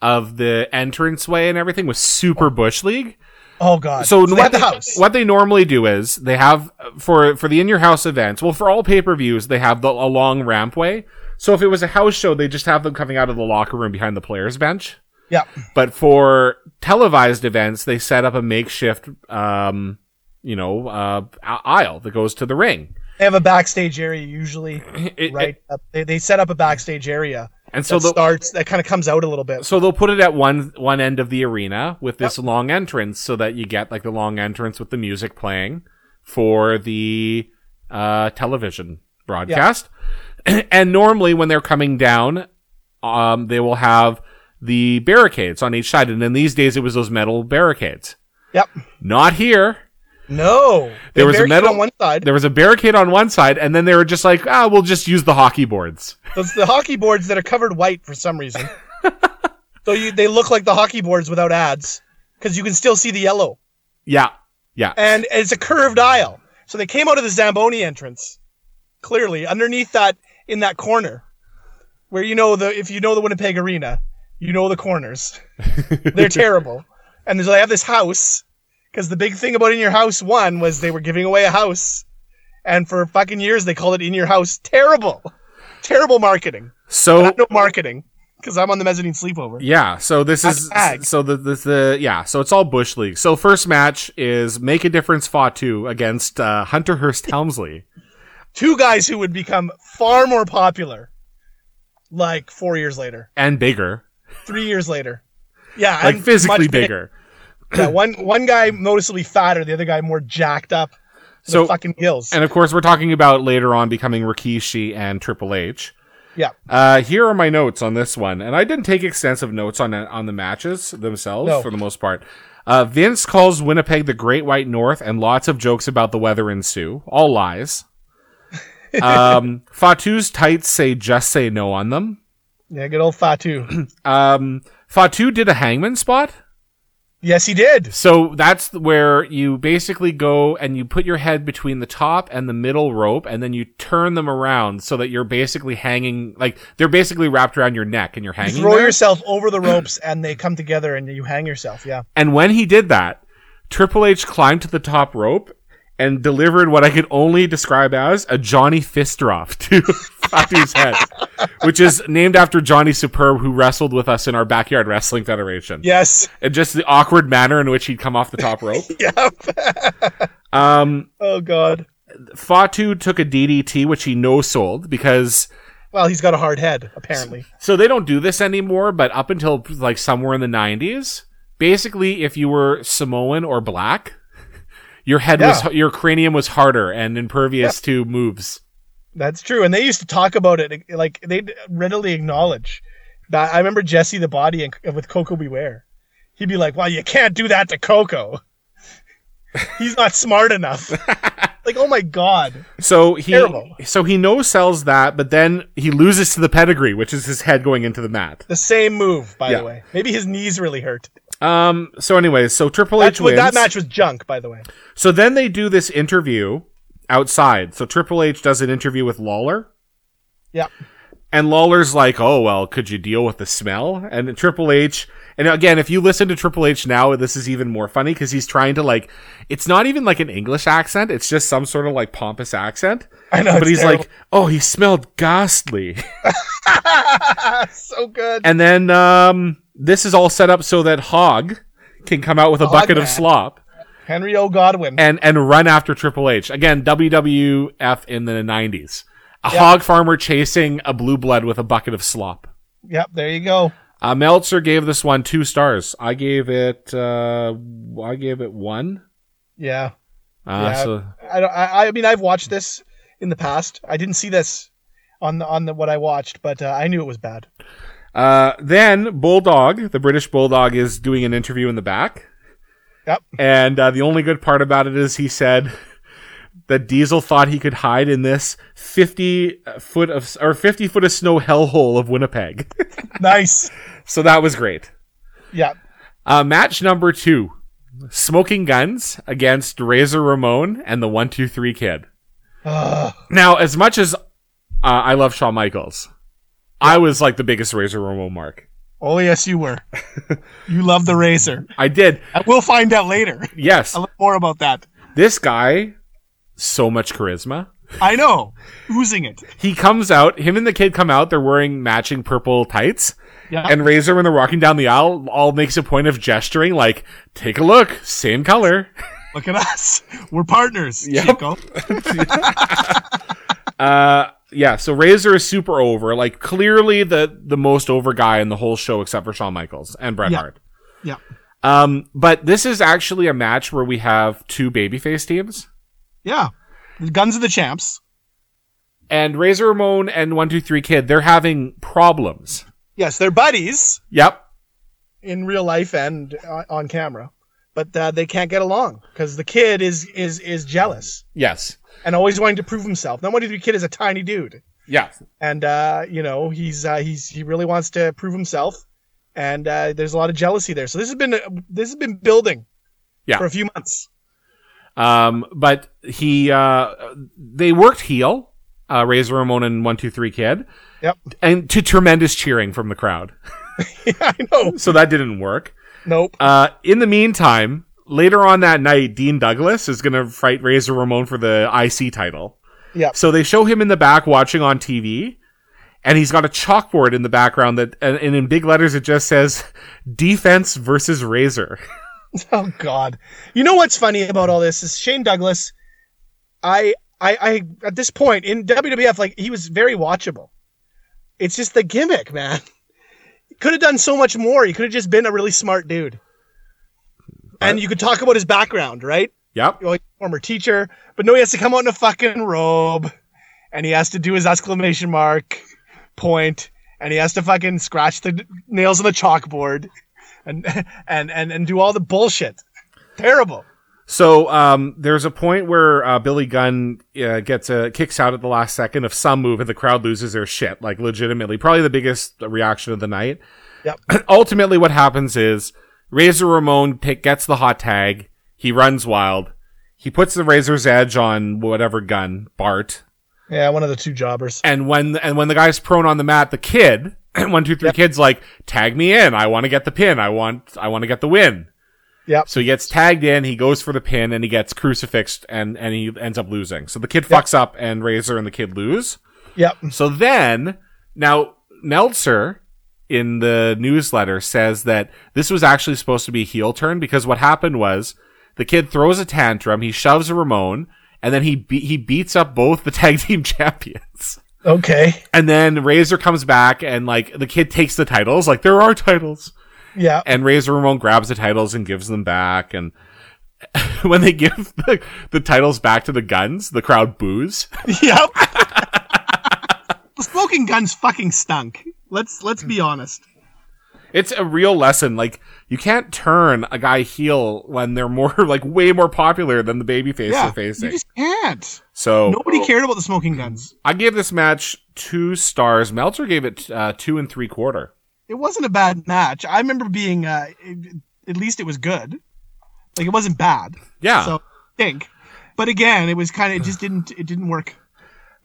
of the entranceway and everything was super bush league. Oh God! So, they what had they, the house. what they normally do is they have for for the in your house events. Well, for all pay per views, they have the a long rampway. So if it was a house show, they just have them coming out of the locker room behind the players' bench. Yeah. But for televised events, they set up a makeshift, um, you know, uh, a- aisle that goes to the ring. They have a backstage area usually, It- right? it- up. They, they set up a backstage area and so that the, starts that kind of comes out a little bit. so they'll put it at one one end of the arena with this long entrance so that you get like the long entrance with the music playing for the uh, television broadcast and normally when they're coming down um, they will have the barricades on each side and in these days it was those metal barricades Yep. not here No. They There was a buried it metal- on one side. there was a barricade on one side and then they were just like ah we'll just use the hockey boards It's the hockey boards that are covered white for some reason. so you, they look like the hockey boards without ads because you can still see the yellow. yeah yeah And it's a curved aisle. So they came out of the Zamboni entrance, clearly underneath that in that corner where you know the if you know the Winnipeg Arena, you know the corners. They're terrible. And so they have this house because the big thing about in your house one was they were giving away a house, and for fucking years they called it in your house. Terrible, terrible marketing so no marketing because I'm on the mezzanine sleepover. Yeah, so this is Hashtag. so the, the the yeah, so it's all bush league. So first match is Make a Difference Fatu against uh, Hunter Hurst Helmsley. Two guys who would become far more popular like four years later, and bigger, three years later. Yeah, like and physically much bigger. Yeah, one one guy noticeably fatter, the other guy more jacked up. to So- the fucking gills. And of course, we're talking about later on becoming Rikishi and Triple H. yeah, Uh, here are my notes on this one, and I didn't take extensive notes on on the matches themselves No. for the most part. Uh, Vince calls Winnipeg the Great White North, and lots of jokes about the weather ensue. All lies. um, Fatu's tights say "Just say no" on them. yeah, good old Fatu. um, Fatu did a hangman spot. yes, he did. So that's where you basically go and you put your head between the top and the middle rope and then you turn them around so that you're basically hanging, like they're basically wrapped around your neck and you're You hanging. throw there. yourself over the ropes and they come together and you hang yourself. Yeah, And when he did that, Triple H climbed to the top rope and delivered what I could only describe as a Johnny fist drop to Fatu's head, which is named after Johnny Superb, who wrestled with us in our backyard wrestling federation. Yes. And just the awkward manner in which he'd come off the top rope. Yep. Um, oh God. Fatu took a DDT, which he no sold because Well, he's got a hard head, apparently. So they don't do this anymore, but up until like somewhere in the 90s, basically if you were Samoan or black, your head Yeah. was your cranium was harder and impervious to moves. That's true. And they used to talk about it, like they readily acknowledge that. I remember Jesse the Body and with Coco Beware. He'd be like, "Well, you can't do that to Coco. He's not smart enough." like, oh my god. So he Terrible. so he no sells that, but then he loses to the pedigree, which is his head going into the mat. The same move, by Yeah. the way. Maybe his knees really hurt. Um so anyways, so Triple That's H what wins. that match was junk, by the way. So then they do this interview outside. So Triple H does an interview with Lawler. Yep. And Lawler's like, oh, well, could you deal with the smell? And Triple H, and again, if you listen to Triple H now, this is even more funny because he's trying to like, it's not even like an English accent. It's just some sort of like pompous accent. I know, But it's he's terrible. like, oh, he smelled ghastly. so good. and then, um, this is all set up so that Hog can come out with a Hog bucket of man. slop Henry O. Godwin. and, and run after Triple H. Again, WWF in the 90s. A hog farmer chasing a blue blood with a bucket of slop. Yep, there you go. Uh, Meltzer gave this one two stars. I gave it. Uh, I gave it one. Yeah. Uh, Yeah. So I don't. I, I mean, I've watched this in the past. I didn't see this on the, on the, what I watched, but uh, I knew it was bad. uh, then Bulldog, the British Bulldog, is doing an interview in the back, Yep. and uh, the only good part about it is he said that Diesel thought he could hide in this fifty uh, foot of or fifty foot of snow hellhole of Winnipeg. Nice. so that was great. Yeah. Uh, match number two: Smoking Guns against Razor Ramon and the One Two Three Kid. Ugh. Now, as much as uh, I love Shawn Michaels, I was like the biggest Razor Ramon mark. oh yes, you were. you love the razor. I did. And We'll find out later. Yes. I'll learn more about that. This guy, so much charisma. I know. Oozing it. He comes out, him and the kid come out, they're wearing matching purple tights. Yeah. And Razor, when they're walking down the aisle, all makes a point of gesturing, like, take a look, same color. Look at us. We're partners. Yep. Chico. Uh, yeah, so Razor is super over, like, clearly the, the most over guy in the whole show, except for Shawn Michaels and Bret Yeah. Hart. Yeah. Um, but this is actually a match where we have two babyface teams, Yeah. The guns of the champs. and Razor Ramon and One Two Three Kid they're having problems. Yes, they're buddies Yep. in real life and uh, on camera, but uh, they can't get along because the kid is is is jealous. Yes. and always wanting to prove himself. Now, one of the kid is a tiny dude, Yeah. and uh, you know he's uh, he's he really wants to prove himself, and uh, there's a lot of jealousy there. So this has been uh, this has been building, Yeah. for a few months. Um, but he uh, they worked heel, uh, Razor Ramon and One Two Three Kid, Yep, and to tremendous cheering from the crowd. I know. So that didn't work. Nope. Uh, in the meantime, later on that night, Dean Douglas is gonna fight Razor Ramon for the IC title. Yep. So they show him in the back watching on TV, and he's got a chalkboard in the background that, and, and in big letters, it just says "Defense versus Razor." Oh God. You know what's funny about all this is Shane Douglas. I I I at this point in WWF, like he was very watchable. It's just the gimmick, man. He could have done so much more. He could have just been a really smart dude. And you could talk about his background, right? Yep. Well, he's a former teacher, but no, he has to come out in a fucking robe, and he has to do his exclamation mark point, and he has to fucking scratch the nails on the chalkboard, and and and and do all the bullshit. Terrible. So um, there's a point where uh, Billy Gunn uh, gets a kicks out at the last second of some move, and the crowd loses their shit, like legitimately, probably the biggest reaction of the night. Yep. Ultimately, what happens is Razor Ramon pick, gets the hot tag. He runs wild. He puts the Razor's Edge on whatever gun Bart, Yeah, one of the two jobbers. and when and when the guy's prone on the mat, the kid one two three kids like tag me in. I want to get the pin. I want I want to get the win. Yep. So he gets tagged in, he goes for the pin, and he gets crucifixed, and and he ends up losing. So the kid fucks up, and Razor and the kid lose. Yep. So then, now Meltzer in the newsletter says that this was actually supposed to be a heel turn because what happened was the kid throws a tantrum, he shoves Ramon, and then he be- he beats up both the tag team champions. Okay. And then Razor comes back and like the kid takes the titles, like there are titles. Yeah. And Razor Ramon grabs the titles and gives them back and when they give the, the titles back to the guns, the crowd boos. Yep. the smoking guns fucking stunk. Let's let's be honest. It's a real lesson. Like you can't turn a guy heel when they're more like way more popular than the babyface Yeah. they're facing. You just can't. so Nobody cared about the smoking guns. I gave this match two stars. Meltzer gave it uh, two and three quarter. It wasn't a bad match. I remember being uh, it- at least it was good. Like it wasn't bad. Yeah. So think. But again, it was kind of it just didn't it didn't work.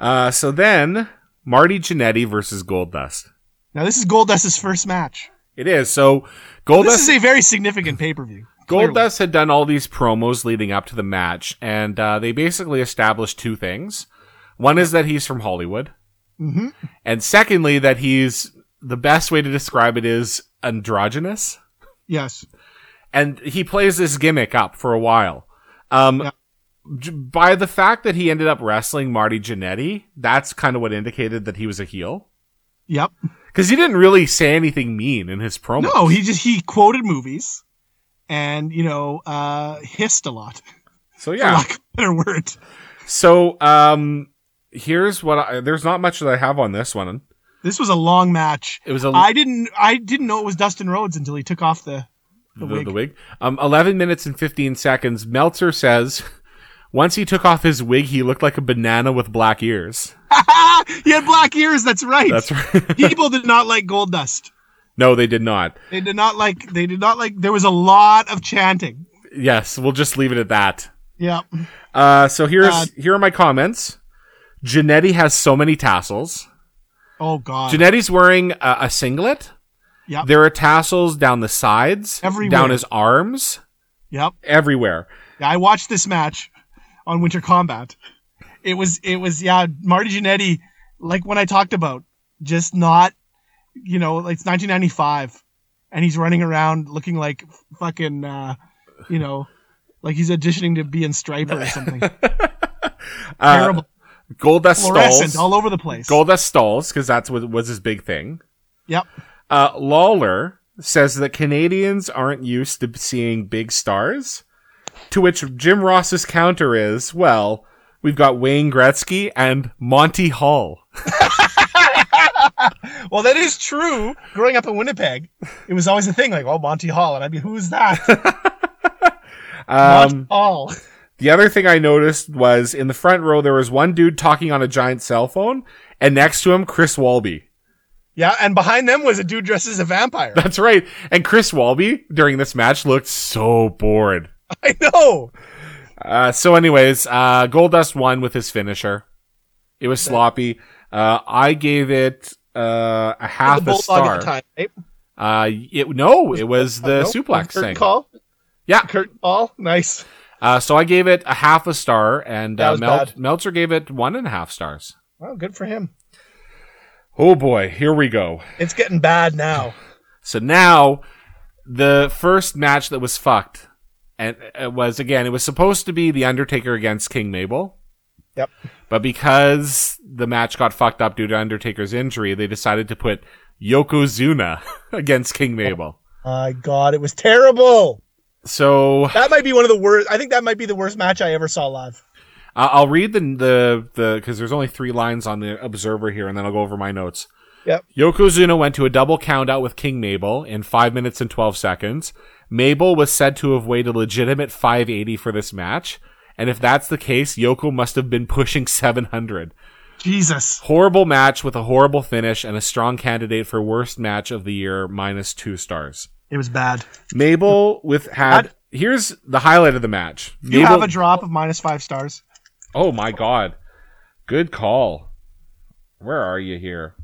Uh, so then Marty Jannetty versus Goldust. Now this is Goldust's first match. It is so This Goldust. is a very significant pay per view. Goldust had done all these promos leading up to the match, and uh, they basically established two things. One is that he's from Hollywood, Mhm. and secondly, that he's the best way to describe it is androgynous. Yes. and he plays this gimmick up for a while. Um, Yeah. j- by the fact that he ended up wrestling Marty Jannetty, that's kind of what indicated that he was a heel Yep. because he didn't really say anything mean in his promo. No, he just he quoted movies, and you know uh hissed a lot. so For yeah. lack of a better word. So um, here's what I, there's not much that I have on this one. This was a long match. It was a I didn't I didn't know it was Dustin Rhodes until he took off the the, wig. the wig. Um, 11 minutes and 15 seconds. Meltzer says. Once he took off his wig, he looked like a banana with black ears. he had black ears, that's right. That's right. People did not like gold dust. no, they did not. They did not like they did not like there was a lot of chanting. Yes, we'll just leave it at that. Yeah. Uh, so here's Uh, here are my comments. Janetti has so many tassels. Oh god. Janetti's wearing a, a singlet. Yep. There are tassels down the sides, Everywhere. down his arms, yep. everywhere. Yeah, I watched this match on Winter Combat. It was it was yeah, Marty Jannetty, like when I talked about, just not you know, like it's 1995 and he's running around looking like fucking uh, you know, like he's auditioning to be in Striper or something. Uh, Terrible. Goldust Fluorescent oh stalls. all over the place. Goldust stalls because that's what was his big thing. Yep. Uh, Lawler says that Canadians aren't used to seeing big stars. To which Jim Ross's counter is, well, we've got Wayne Gretzky and Monty Hall. Well, that is true. Growing up in Winnipeg, it was always a thing like, oh, Monty Hall. And I'd be, who's that? Um, Monty Hall. The other thing I noticed was in the front row there was one dude talking on a giant cell phone, and next to him Chris Walby. Yeah, and behind them was a dude dressed as a vampire. That's right. And Chris Walby during this match looked so bored. I know. Uh, so, anyways, uh, Goldust won with his finisher. It was sloppy. Uh, I gave it uh, a half a at the star. time, right? Uh, it no, it was the Nope. suplex Curtain thing. call. Yeah. curtain call. Nice. Uh, so I gave it a half a star, and That uh, was Mel- bad. Meltzer gave it one and a half stars. Well, good for him. Oh boy, here we go. It's getting bad now. So now the first match that was fucked and it was again it was supposed to be the Undertaker against King Mabel. Yep. But because the match got fucked up due to Undertaker's injury, they decided to put Yokozuna against King Mabel. My God, it was terrible. So That might be one of the worst. I think that might be the worst match I ever saw live. I- I'll read the the the because there's only three lines on the Observer here, and then I'll go over my notes. Yep. Yokozuna went to a double countout with King Mabel in five minutes and twelve seconds. Mabel was said to have weighed a legitimate 580 for this match, and if that's the case, Yoko must have been pushing 700. Jesus. Horrible match with a horrible finish and a strong candidate for worst match of the year, minus two stars. It was bad. Mabel with had here's the highlight of the match. Do you Mabel- have a drop of minus five stars? Oh my god. Good call. Where are you here?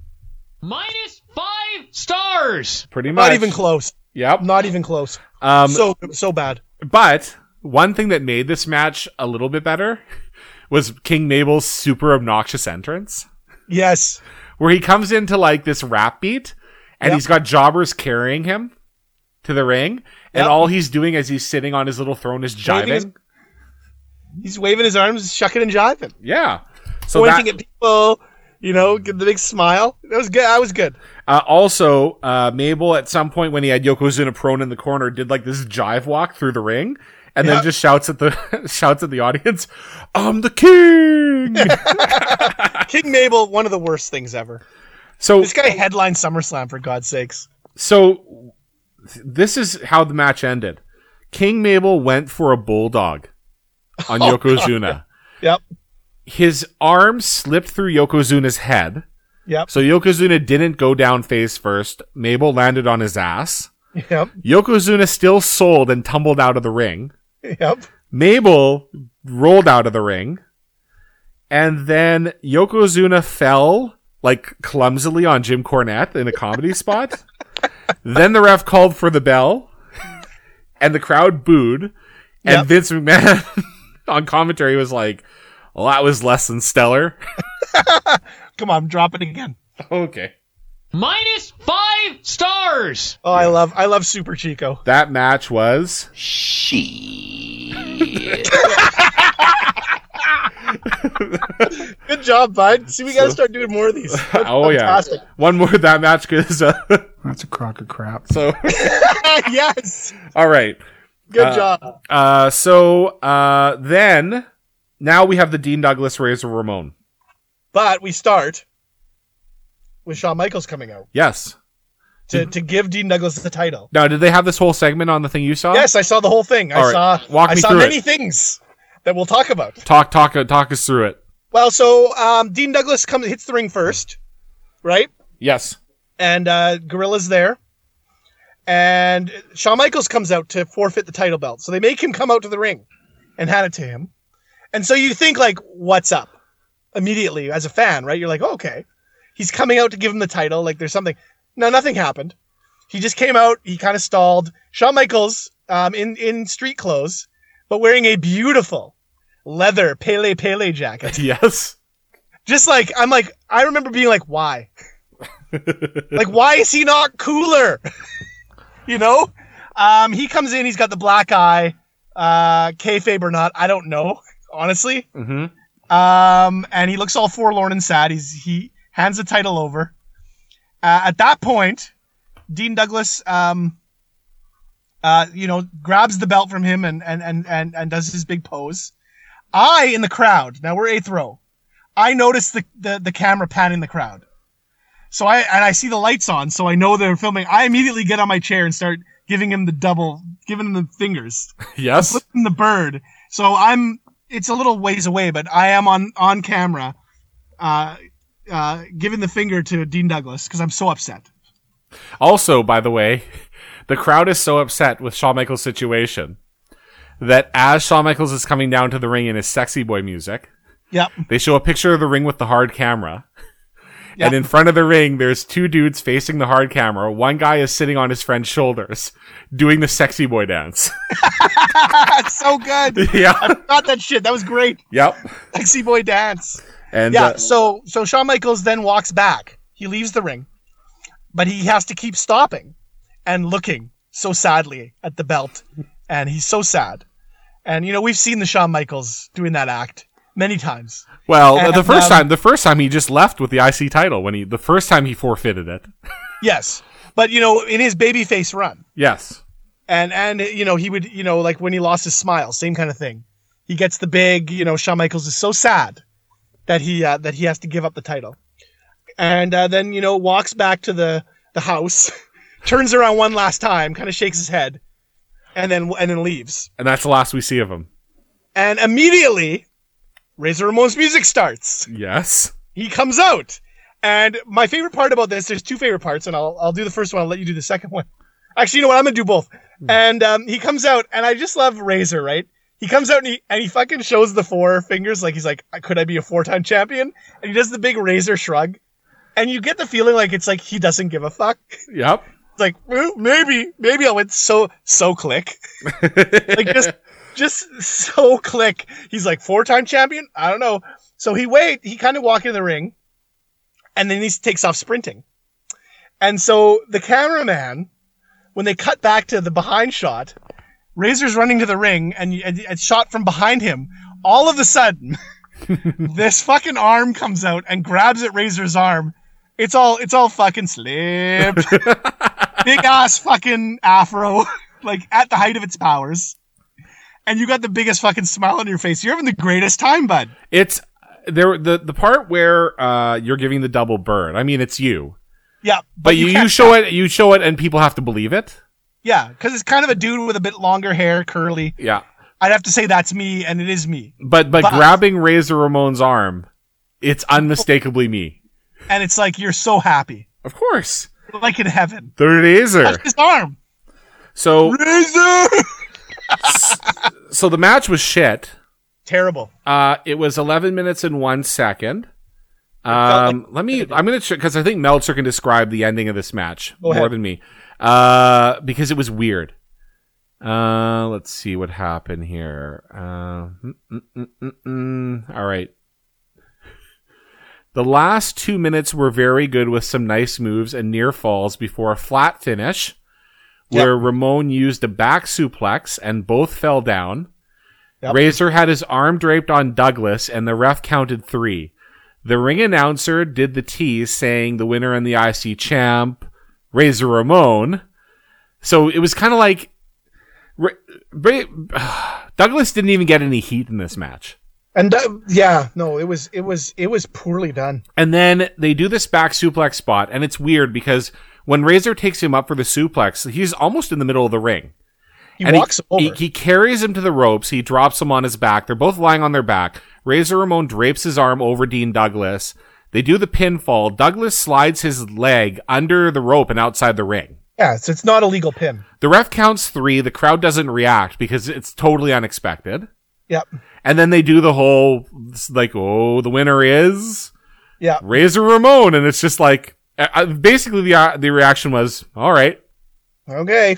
Minus five stars. Pretty much. Not even close. Yep. Not even close. Um, so so bad. But one thing that made this match a little bit better was King Mabel's super obnoxious entrance, Yes. where he comes into like this rap beat, and Yep. he's got jobbers carrying him to the ring, and Yep. all he's doing as he's sitting on his little throne is Waving jiving. his- He's waving his arms, shucking and jiving, yeah. So that, pointing at people. You know, get the big smile. That was good. I was good. Uh, also, uh, Mabel at some point when he had Yokozuna prone in the corner did like this jive walk through the ring, and Yeah. then just shouts at the shouts at the audience, "I'm the king!" King Mabel, one of the worst things ever. so, This guy headlined SummerSlam for God's sakes. so th- this is how the match ended. King Mabel went for a bulldog on Oh, Yokozuna. Yep. His arm slipped through Yokozuna's head, Yep. so Yokozuna didn't go down face first. Mabel landed on his ass. Yep. Yokozuna still sold and tumbled out of the ring. Yep. Mabel rolled out of the ring, and then Yokozuna fell like clumsily on Jim Cornette in a comedy spot. Then the ref called for the bell, and the crowd booed. And Yep. Vince McMahon on commentary was like, "Well, that was less than stellar." Come on, drop it again. okay, Minus five stars. Oh, I love, I love Super Chico. that match was. She. Good job, bud. See, we got to start doing more of these. Oh yeah, Fantastic. one more of that match because. Uh, That's a crock of crap. so yes. all right. Good Uh, job. Uh, so uh, then now we have the Dean Douglas Razor Ramon. But we start with Shawn Michaels coming out Yes. to, Mm-hmm. to give Dean Douglas the title. Now, did they have this whole segment on the thing you saw? Yes, I saw the whole thing. I All right. saw, Walk I me saw through it. many things that we'll talk about. Talk, talk, talk us through it. Well, so um, Dean Douglas comes, hits the ring first, right? Yes. and uh, Gorilla's there. And Shawn Michaels comes out to forfeit the title belt. So they make him come out to the ring and hand it to him. And so you think, like, what's up immediately as a fan, right? You're like, oh, okay. He's coming out to give him the title. Like, there's something. No, nothing happened. He just came out. He kind of stalled. Shawn Michaels um, in, in street clothes, but wearing a beautiful leather Pele Pele jacket Yes. just like I'm like I remember being like, why? like, why is he not cooler? you know, um, he comes in, he's got the black eye, uh, kayfabe or not, I don't know, honestly. Mm-hmm. Um, and he looks all forlorn and sad. He's he hands the title over. Uh, at that point, Dean Douglas, um, uh, you know, grabs the belt from him and and and and, and does his big pose. I in the crowd. Now we're eighth row. I notice the, the the camera panning the crowd. So I and I see the lights on, so I know they're filming. I immediately get on my chair and start giving him the double, giving him the fingers Yes. flipping the bird. So I'm. It's a little ways away, but I am on on camera, uh, uh, giving the finger to Dean Douglas because I'm so upset. Also, by the way, the crowd is so upset with Shawn Michaels' situation that as Shawn Michaels is coming down to the ring in his sexy boy music, Yep. they show a picture of the ring with the hard camera. Yeah. And in front of the ring, there's two dudes facing the hard camera. One guy is sitting on his friend's shoulders doing the sexy boy dance. That's so good. yeah. Not that shit. That was great. Yep. Sexy boy dance. And yeah. uh, so so Shawn Michaels then walks back. He leaves the ring, but he has to keep stopping and looking so sadly at the belt, and he's so sad. And you know we've seen the Shawn Michaels doing that act many times. well, and, the first um, time, the first time he just left with the IC title when he, the first time he forfeited it. Yes, but you know, in his babyface run, Yes. and and you know, he would, you know, like when he lost his smile, same kind of thing. He gets the big, you know, Shawn Michaels is so sad that he uh, that he has to give up the title, and uh, then you know walks back to the the house, turns around one last time, kind of shakes his head, and then and then leaves. And that's the last we see of him. And immediately, Razor Ramon's music starts. Yes. he comes out. And my favorite part about this, there's two favorite parts, and I'll I'll do the first one. I'll let you do the second one. Actually, you know what? I'm gonna do both. And um, he comes out, and I just love Razor. Right? He comes out and he and he fucking shows the four fingers, like he's like, could I be a four time champion? And he does the big Razor shrug, and you get the feeling like it's like he doesn't give a fuck. Yep. like "Well, maybe, maybe I went so so click, like just just so click. He's like four time champion. I don't know. So he wait. He kind of walked in the ring, and then he takes off sprinting. And so the cameraman, when they cut back to the behind shot, Razor's running to the ring, and and it's shot from behind him. All of a sudden, this fucking arm comes out and grabs at Razor's arm. It's all it's all fucking slipped. Big ass fucking afro, like at the height of its powers. And you got the biggest fucking smile on your face. You're having the greatest time, bud. It's there the the part where uh, you're giving the double burn. I mean, it's you, Yeah. but, you, you can't- show it you show it, and people have to believe it. Yeah, because it's kind of a dude with a bit longer hair, curly. Yeah, I'd have to say that's me, and it is me. but but, But- grabbing Razor Ramon's arm, it's unmistakably me. And it's like you're so happy. Of course, Like in heaven. the Razor. Touch his arm. So Razor so the match was shit. Terrible. Uh, it was 11 minutes and one second. felt Um, let me. I'm gonna because I think Meltzer can describe the ending of this match more ahead. than me, uh, because it was weird. Uh, let's see what happened here. Uh, mm, mm, mm, mm, mm. all right. The last two minutes were very good with some nice moves and near falls before a flat finish, where Ramon used a back suplex and both fell down. Yep. Razor had his arm draped on Douglas, and the ref counted three. The ring announcer did the tease, saying the winner and the IC champ, Razor Ramon. So it was kind of like Ra- Ra- Douglas didn't even get any heat in this match. And that, yeah, no, it was it was it was poorly done. And then they do this back suplex spot, and it's weird because when Razor takes him up for the suplex, he's almost in the middle of the ring. He And walks over. He, he carries him to the ropes. He drops him on his back. They're both lying on their back. Razor Ramon drapes his arm over Dean Douglas. They do the pinfall. Douglas slides his leg under the rope and outside the ring. yeah, so it's not a legal pin. The ref counts three. The crowd doesn't react because it's totally unexpected. Yep. And then they do the whole, like, oh, the winner is Yeah. Razor Ramon. And it's just like, uh, uh, basically the, uh, the reaction was, all right, Okay.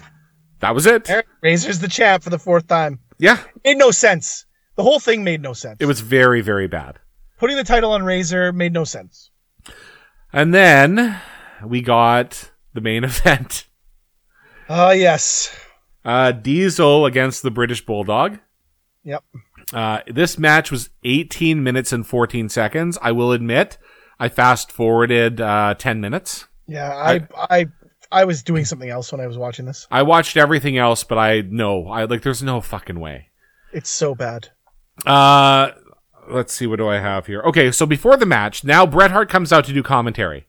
that was it. Eric Razor's the champ for the fourth time. Yeah. Made no sense. The whole thing made no sense. It was very, very bad. Putting the title on Razor made no sense. And then we got the main event. Ah, yes. Uh, Diesel against the British Bulldog. Yep. Uh, this match was 18 minutes and 14 seconds. I will admit, I fast forwarded uh, 10 minutes. Yeah, I, I, I was doing something else when I was watching this. I watched everything else, but I no, I like. There's no fucking way. It's so bad. Uh, let's see. What do I have here? Okay, so before the match, now Bret Hart comes out to do commentary.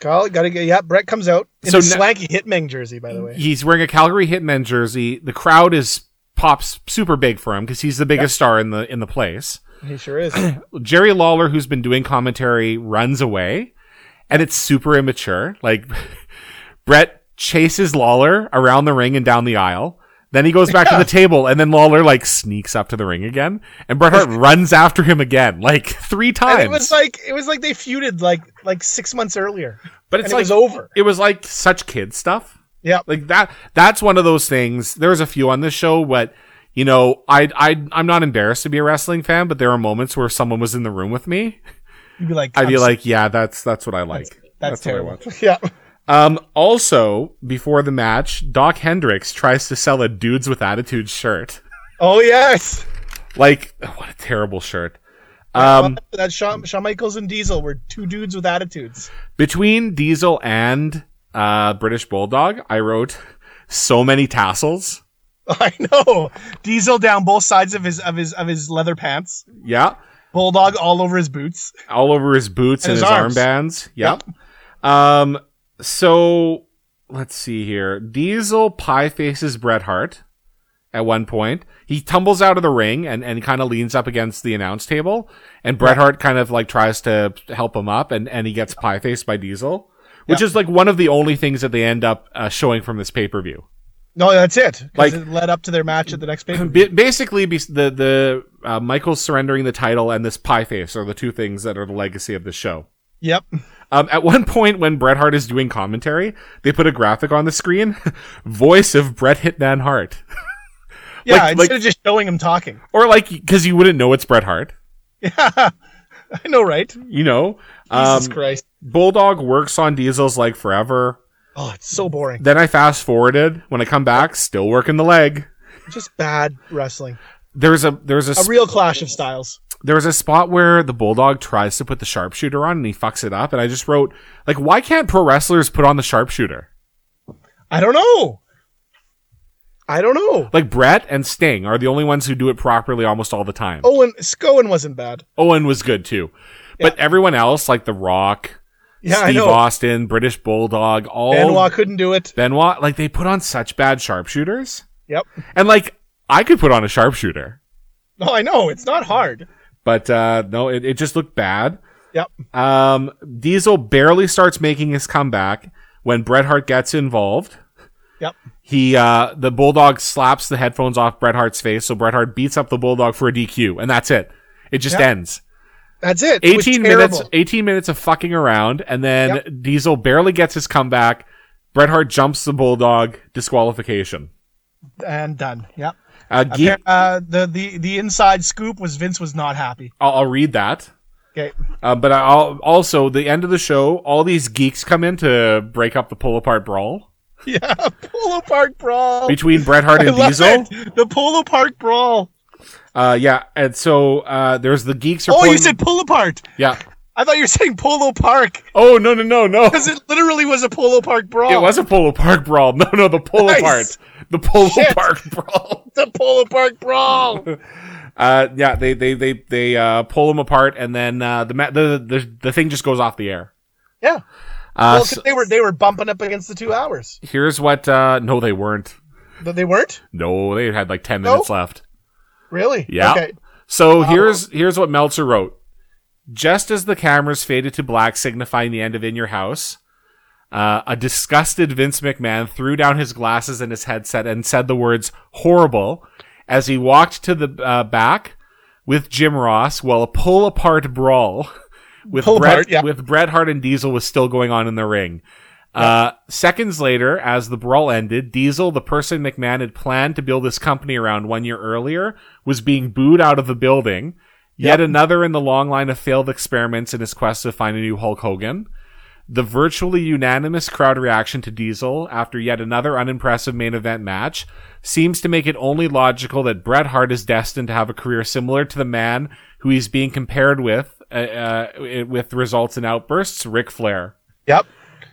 Kyle, gotta get. Yeah, Brett comes out in So the na- slanky Hitman jersey, by the way. He's wearing a Calgary Hitman jersey. The crowd is pops super big for him because he's the biggest star in the in the place. He sure is. Jerry Lawler, who's been doing commentary, runs away, and it's super immature. Like Brett chases Lawler around the ring and down the aisle. Then he goes back to the table, and then Lawler like sneaks up to the ring again, and Bret Hart runs after him again, like three And times. it was like it was like they feuded like like six months earlier. but it's and it like was over. It was like such kid stuff. Yeah, Like that. That's one of those things. There's a few on this show, but you know, I I I'm not embarrassed to be a wrestling fan, but there are moments where someone was in the room with me. you'd be like, I'd be "I'm like, yeah, that's that's what I like. that's, what I terrible. want. yeah, Um, also, before the match, Doc Hendricks tries to sell a dudes with attitude shirt. oh yes. Like, oh, what a terrible shirt. Um, that Shawn, Shawn Michaels and Diesel were two dudes with attitudes. Between Diesel and uh, British Bulldog, I wrote so many tassels. I know. Diesel down both sides of his of his of his leather pants. Yeah, Bulldog all over his boots. all over his boots and, And his, his arms. armbands. Yep. Um. So let's see here. Diesel pie faces Bret Hart at one point. He tumbles out of the ring and, and kind of leans up against the announce table, and Bret Hart kind of like tries to help him up, and and he gets pie faced by Diesel, which is like one of the only things that they end up uh, showing from this pay per view. No, that's it. 'Cause Like- it led up to their match at the next pay per Ba- basically, be- the the uh, Michael surrendering the title and this pie face are the two things that are the legacy of the show. Yep. Um, at one point, when Bret Hart is doing commentary, they put a graphic on the screen, voice of Bret Hitman Hart, Yeah, Like- instead like- of just showing him talking. or like because you wouldn't know it's Bret Hart, I know, right? you know. Jesus Um, Christ. Bulldog works on Diesel's leg forever. Oh, it's so boring. Then I fast forwarded. When I come back, still working the leg. Just bad wrestling. There's a there's a, A sp- real clash of styles. there's a spot where the bulldog tries to put the sharpshooter on and he fucks it up. And I just wrote like, why can't pro wrestlers put on the sharpshooter? I don't know. I don't know. Like Brett and Sting are the only ones who do it properly almost all the time. Owen Scowen wasn't bad. Owen was good too, but everyone else like The Rock, Yeah, I Steve know. Austin, British Bulldog, all Benoit couldn't do it. Benoit, like they put on such bad sharpshooters. Yep. And like I could put on a sharpshooter, No, Oh, I know. It's not hard. but uh, no, it, it just looked bad. Yep. Um, Diesel barely starts making his comeback when Bret Hart gets involved. Yep. He uh, the bulldog slaps the headphones off Bret Hart's face, so Bret Hart beats up the bulldog for a DQ, and that's it. It just Yep. ends. That's it. It was 18 minutes. terrible. 18 minutes of fucking around, and then Yep. Diesel barely gets his comeback. Bret Hart jumps the bulldog disqualification. And done. Yep. Uh, Geek, Uh, the, the, the inside scoop was Vince was not happy. I'll, I'll read that. Okay. Uh, but I'll, also the end of the show, all these geeks come in to break up the pull apart brawl Yeah. Polo Park Brawl. between Bret Hart I and love Diesel. it. The Polo Park Brawl. Uh, yeah, and so uh, there's the geeks. Are Oh, you pulling- said pull apart. yeah. I thought you were saying Polo Park Oh no no no no! because it literally was a Polo Park brawl. It was a polo park brawl. No no the polo Nice. part, the polo Shit. park brawl. the Polo Park brawl. Uh, yeah, they they they they uh, pull them apart, and then uh, the, ma- the the the thing just goes off the air. yeah. Well, Uh, 'cause so they were they were bumping up against the two hours. here's what. Uh, no, they weren't. But they weren't No, they had like ten No? minutes left. really. Yeah. Okay. So here's here's what Meltzer wrote. Just as the cameras faded to black, signifying the end of In Your House, uh, a disgusted Vince McMahon threw down his glasses and his headset and said the words "horrible" as he walked to the uh, back with Jim Ross while a pull apart brawl with Pull Bret, apart, yeah. with Bret Hart and Diesel was still going on in the ring. Uh, seconds later, as the brawl ended, Diesel, the person McMahon had planned to build his company around one year earlier, was being booed out of the building. Yet another in the long line of failed experiments in his quest to find a new Hulk Hogan. The virtually unanimous crowd reaction to Diesel after yet another unimpressive main event match seems to make it only logical that Bret Hart is destined to have a career similar to the man who he's being compared with, uh, uh, with results and outbursts, Ric Flair. Yep.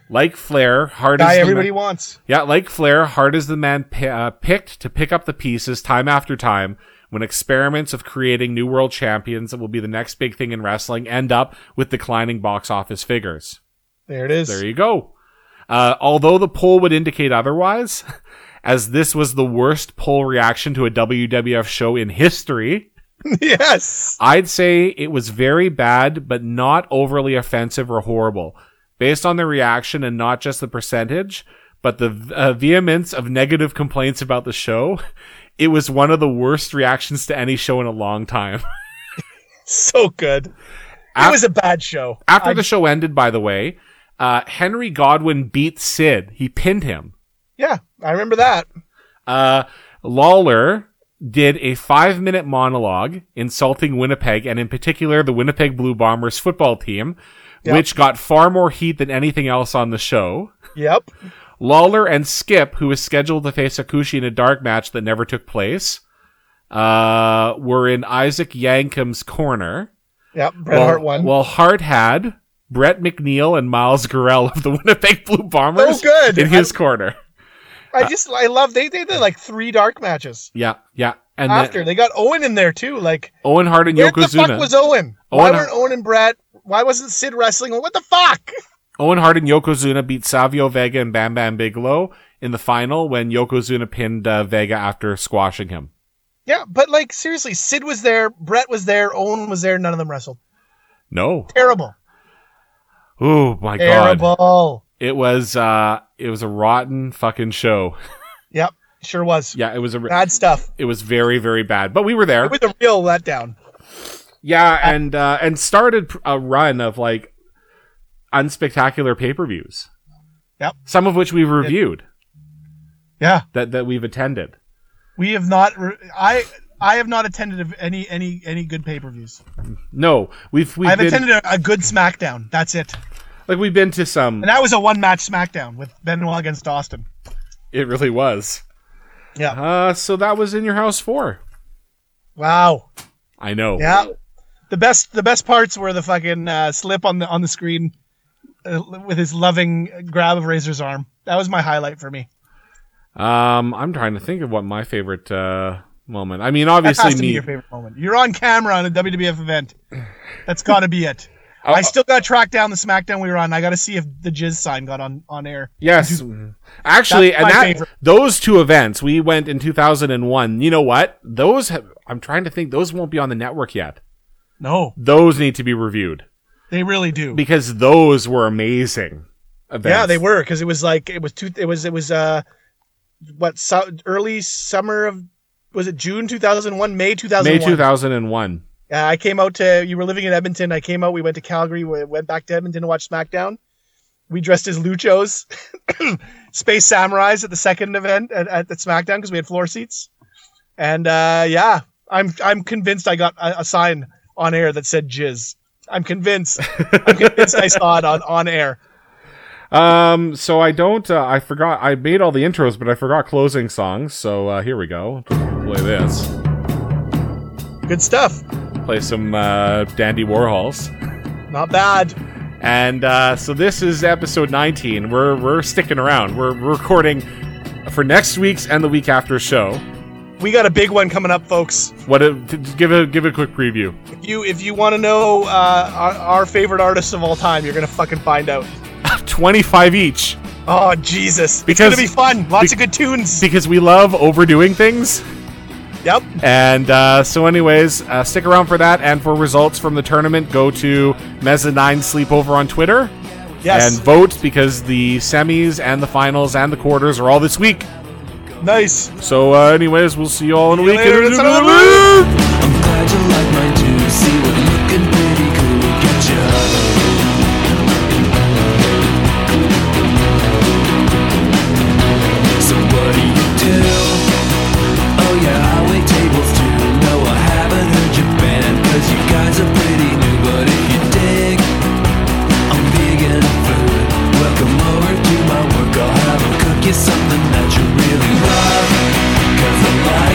Like Flair, Hart is Guy the everybody man- wants. yeah, like Flair, Hart is the man pi uh, picked to pick up the pieces time after time when experiments of creating new world champions that will be the next big thing in wrestling end up with declining box office figures. There it is. There you go. Uh, although the poll would indicate otherwise, as this was the worst poll reaction to a WWF show in history, yes. I'd say it was very bad, but not overly offensive or horrible. Based on the reaction and not just the percentage, but the uh, vehemence of negative complaints about the show, it was one of the worst reactions to any show in a long time. So good. Af- it was a bad show. After the show ended, by the way, uh, Henry Godwin beat Sid. He pinned him. Yeah, I remember that. Uh, Lawler did a five minute monologue insulting Winnipeg and in particular the Winnipeg Blue Bombers football team, Yep. which got far more heat than anything else on the show. Yep. Lawler and Skip, who was scheduled to face Akushi in a dark match that never took place, uh, were in Isaac Yankum's corner. Yep. Bret while, Hart won. While Hart had Brett McNeil and Miles Gorell of the Winnipeg Blue Bombers So Oh, good. in his corner. Uh, I just I love they they did like three dark matches Yeah, yeah. And then after they got Owen in there too. Like Owen Hart and where the Yokozuna. fuck was Owen? Why Owen- weren't Owen and Brett? Why wasn't Sid wrestling? What the fuck? Owen Hart and Yokozuna beat Savio Vega and Bam Bam Bigelow in the final when Yokozuna pinned uh, Vega after squashing him. Yeah, but like seriously, Sid was there, Brett was there, Owen was there, none of them wrestled. No. Terrible. Oh my god. Terrible. It was uh it was a rotten fucking show. Yep, sure was. Yeah, it was a Bad stuff. it was very very bad. But we were there. With a real letdown. Yeah, and uh and started pr- a run of like unspectacular pay per views. Yep. Some of which we've reviewed Yeah, that that we've attended. we have not. Re- I I have not attended of any any any good pay per views. No, we've we've I've been attended a, a good SmackDown. That's it, like we've been to some. and that was a one match SmackDown with Benoit against Austin. It really was. Yeah. Uh, so that was in your house four. Wow. I know. Yeah. The best the best parts were the fucking uh, slip on the on the screen uh, with his loving grab of Razor's arm. That was my highlight for me. Um, I'm trying to think of what my favorite uh moment. I mean, That obviously has to be me. your favorite moment. You're on camera on a WWF event. That's got to be it. Oh, I still got to track down the SmackDown we were on. I got to see if the Jizz sign got on on air. Yes. Actually, That's and my that favorite. those two events we went in 2001. You know what? Those have, I'm trying to think. Those won't be on the network yet. No, Those need to be reviewed they really do. because those were amazing. Events. Yeah, they were because it was like it was two. It was it was uh, what su- early summer of was it June two thousand one, May two thousand May one. 2001. Uh, I came out to you were living in Edmonton. I came out. We went to Calgary. We went back to Edmonton to watch SmackDown. We dressed as luchos, space samurais at the second event at, at the SmackDown because we had floor seats. And uh, yeah, I'm I'm convinced I got a, a sign on air that said jizz. I'm convinced. I'm convinced I saw it on on air. Um, so I don't. Uh, I forgot. I made all the intros, but I forgot closing songs. So uh, here we go. Play this. Good stuff. Play some uh, Dandy Warhols. Not bad. And uh, so this is episode 19. We're we're sticking around. We're we're recording for next week's and the week after show. We got a big one coming up, folks. What a, t- t- give a give a quick preview. If you if you want to know uh, our, our favorite artists of all time, you're gonna fucking find out. 25 each Oh Jesus! Because- it's gonna be fun. Lots be- of good tunes. because we love overdoing things. yep. And uh, so, anyways, uh, stick around for that and for results from the tournament. Go to Mezzanine Sleepover on Twitter Yes. and vote because the semis and the finals and the quarters are all this week. nice. So, uh, anyways, we'll see you all in a you week. later. It's another loop. I'm glad you like my juice. See what looking pretty cool will get you. So what do you do? Oh yeah, I wait tables too. No, I haven't heard your band 'cause you guys are pretty new. But if you dig, I'm vegan food. Welcome over to my work. I'll have 'em cook you something that you really love. 'Cause I'm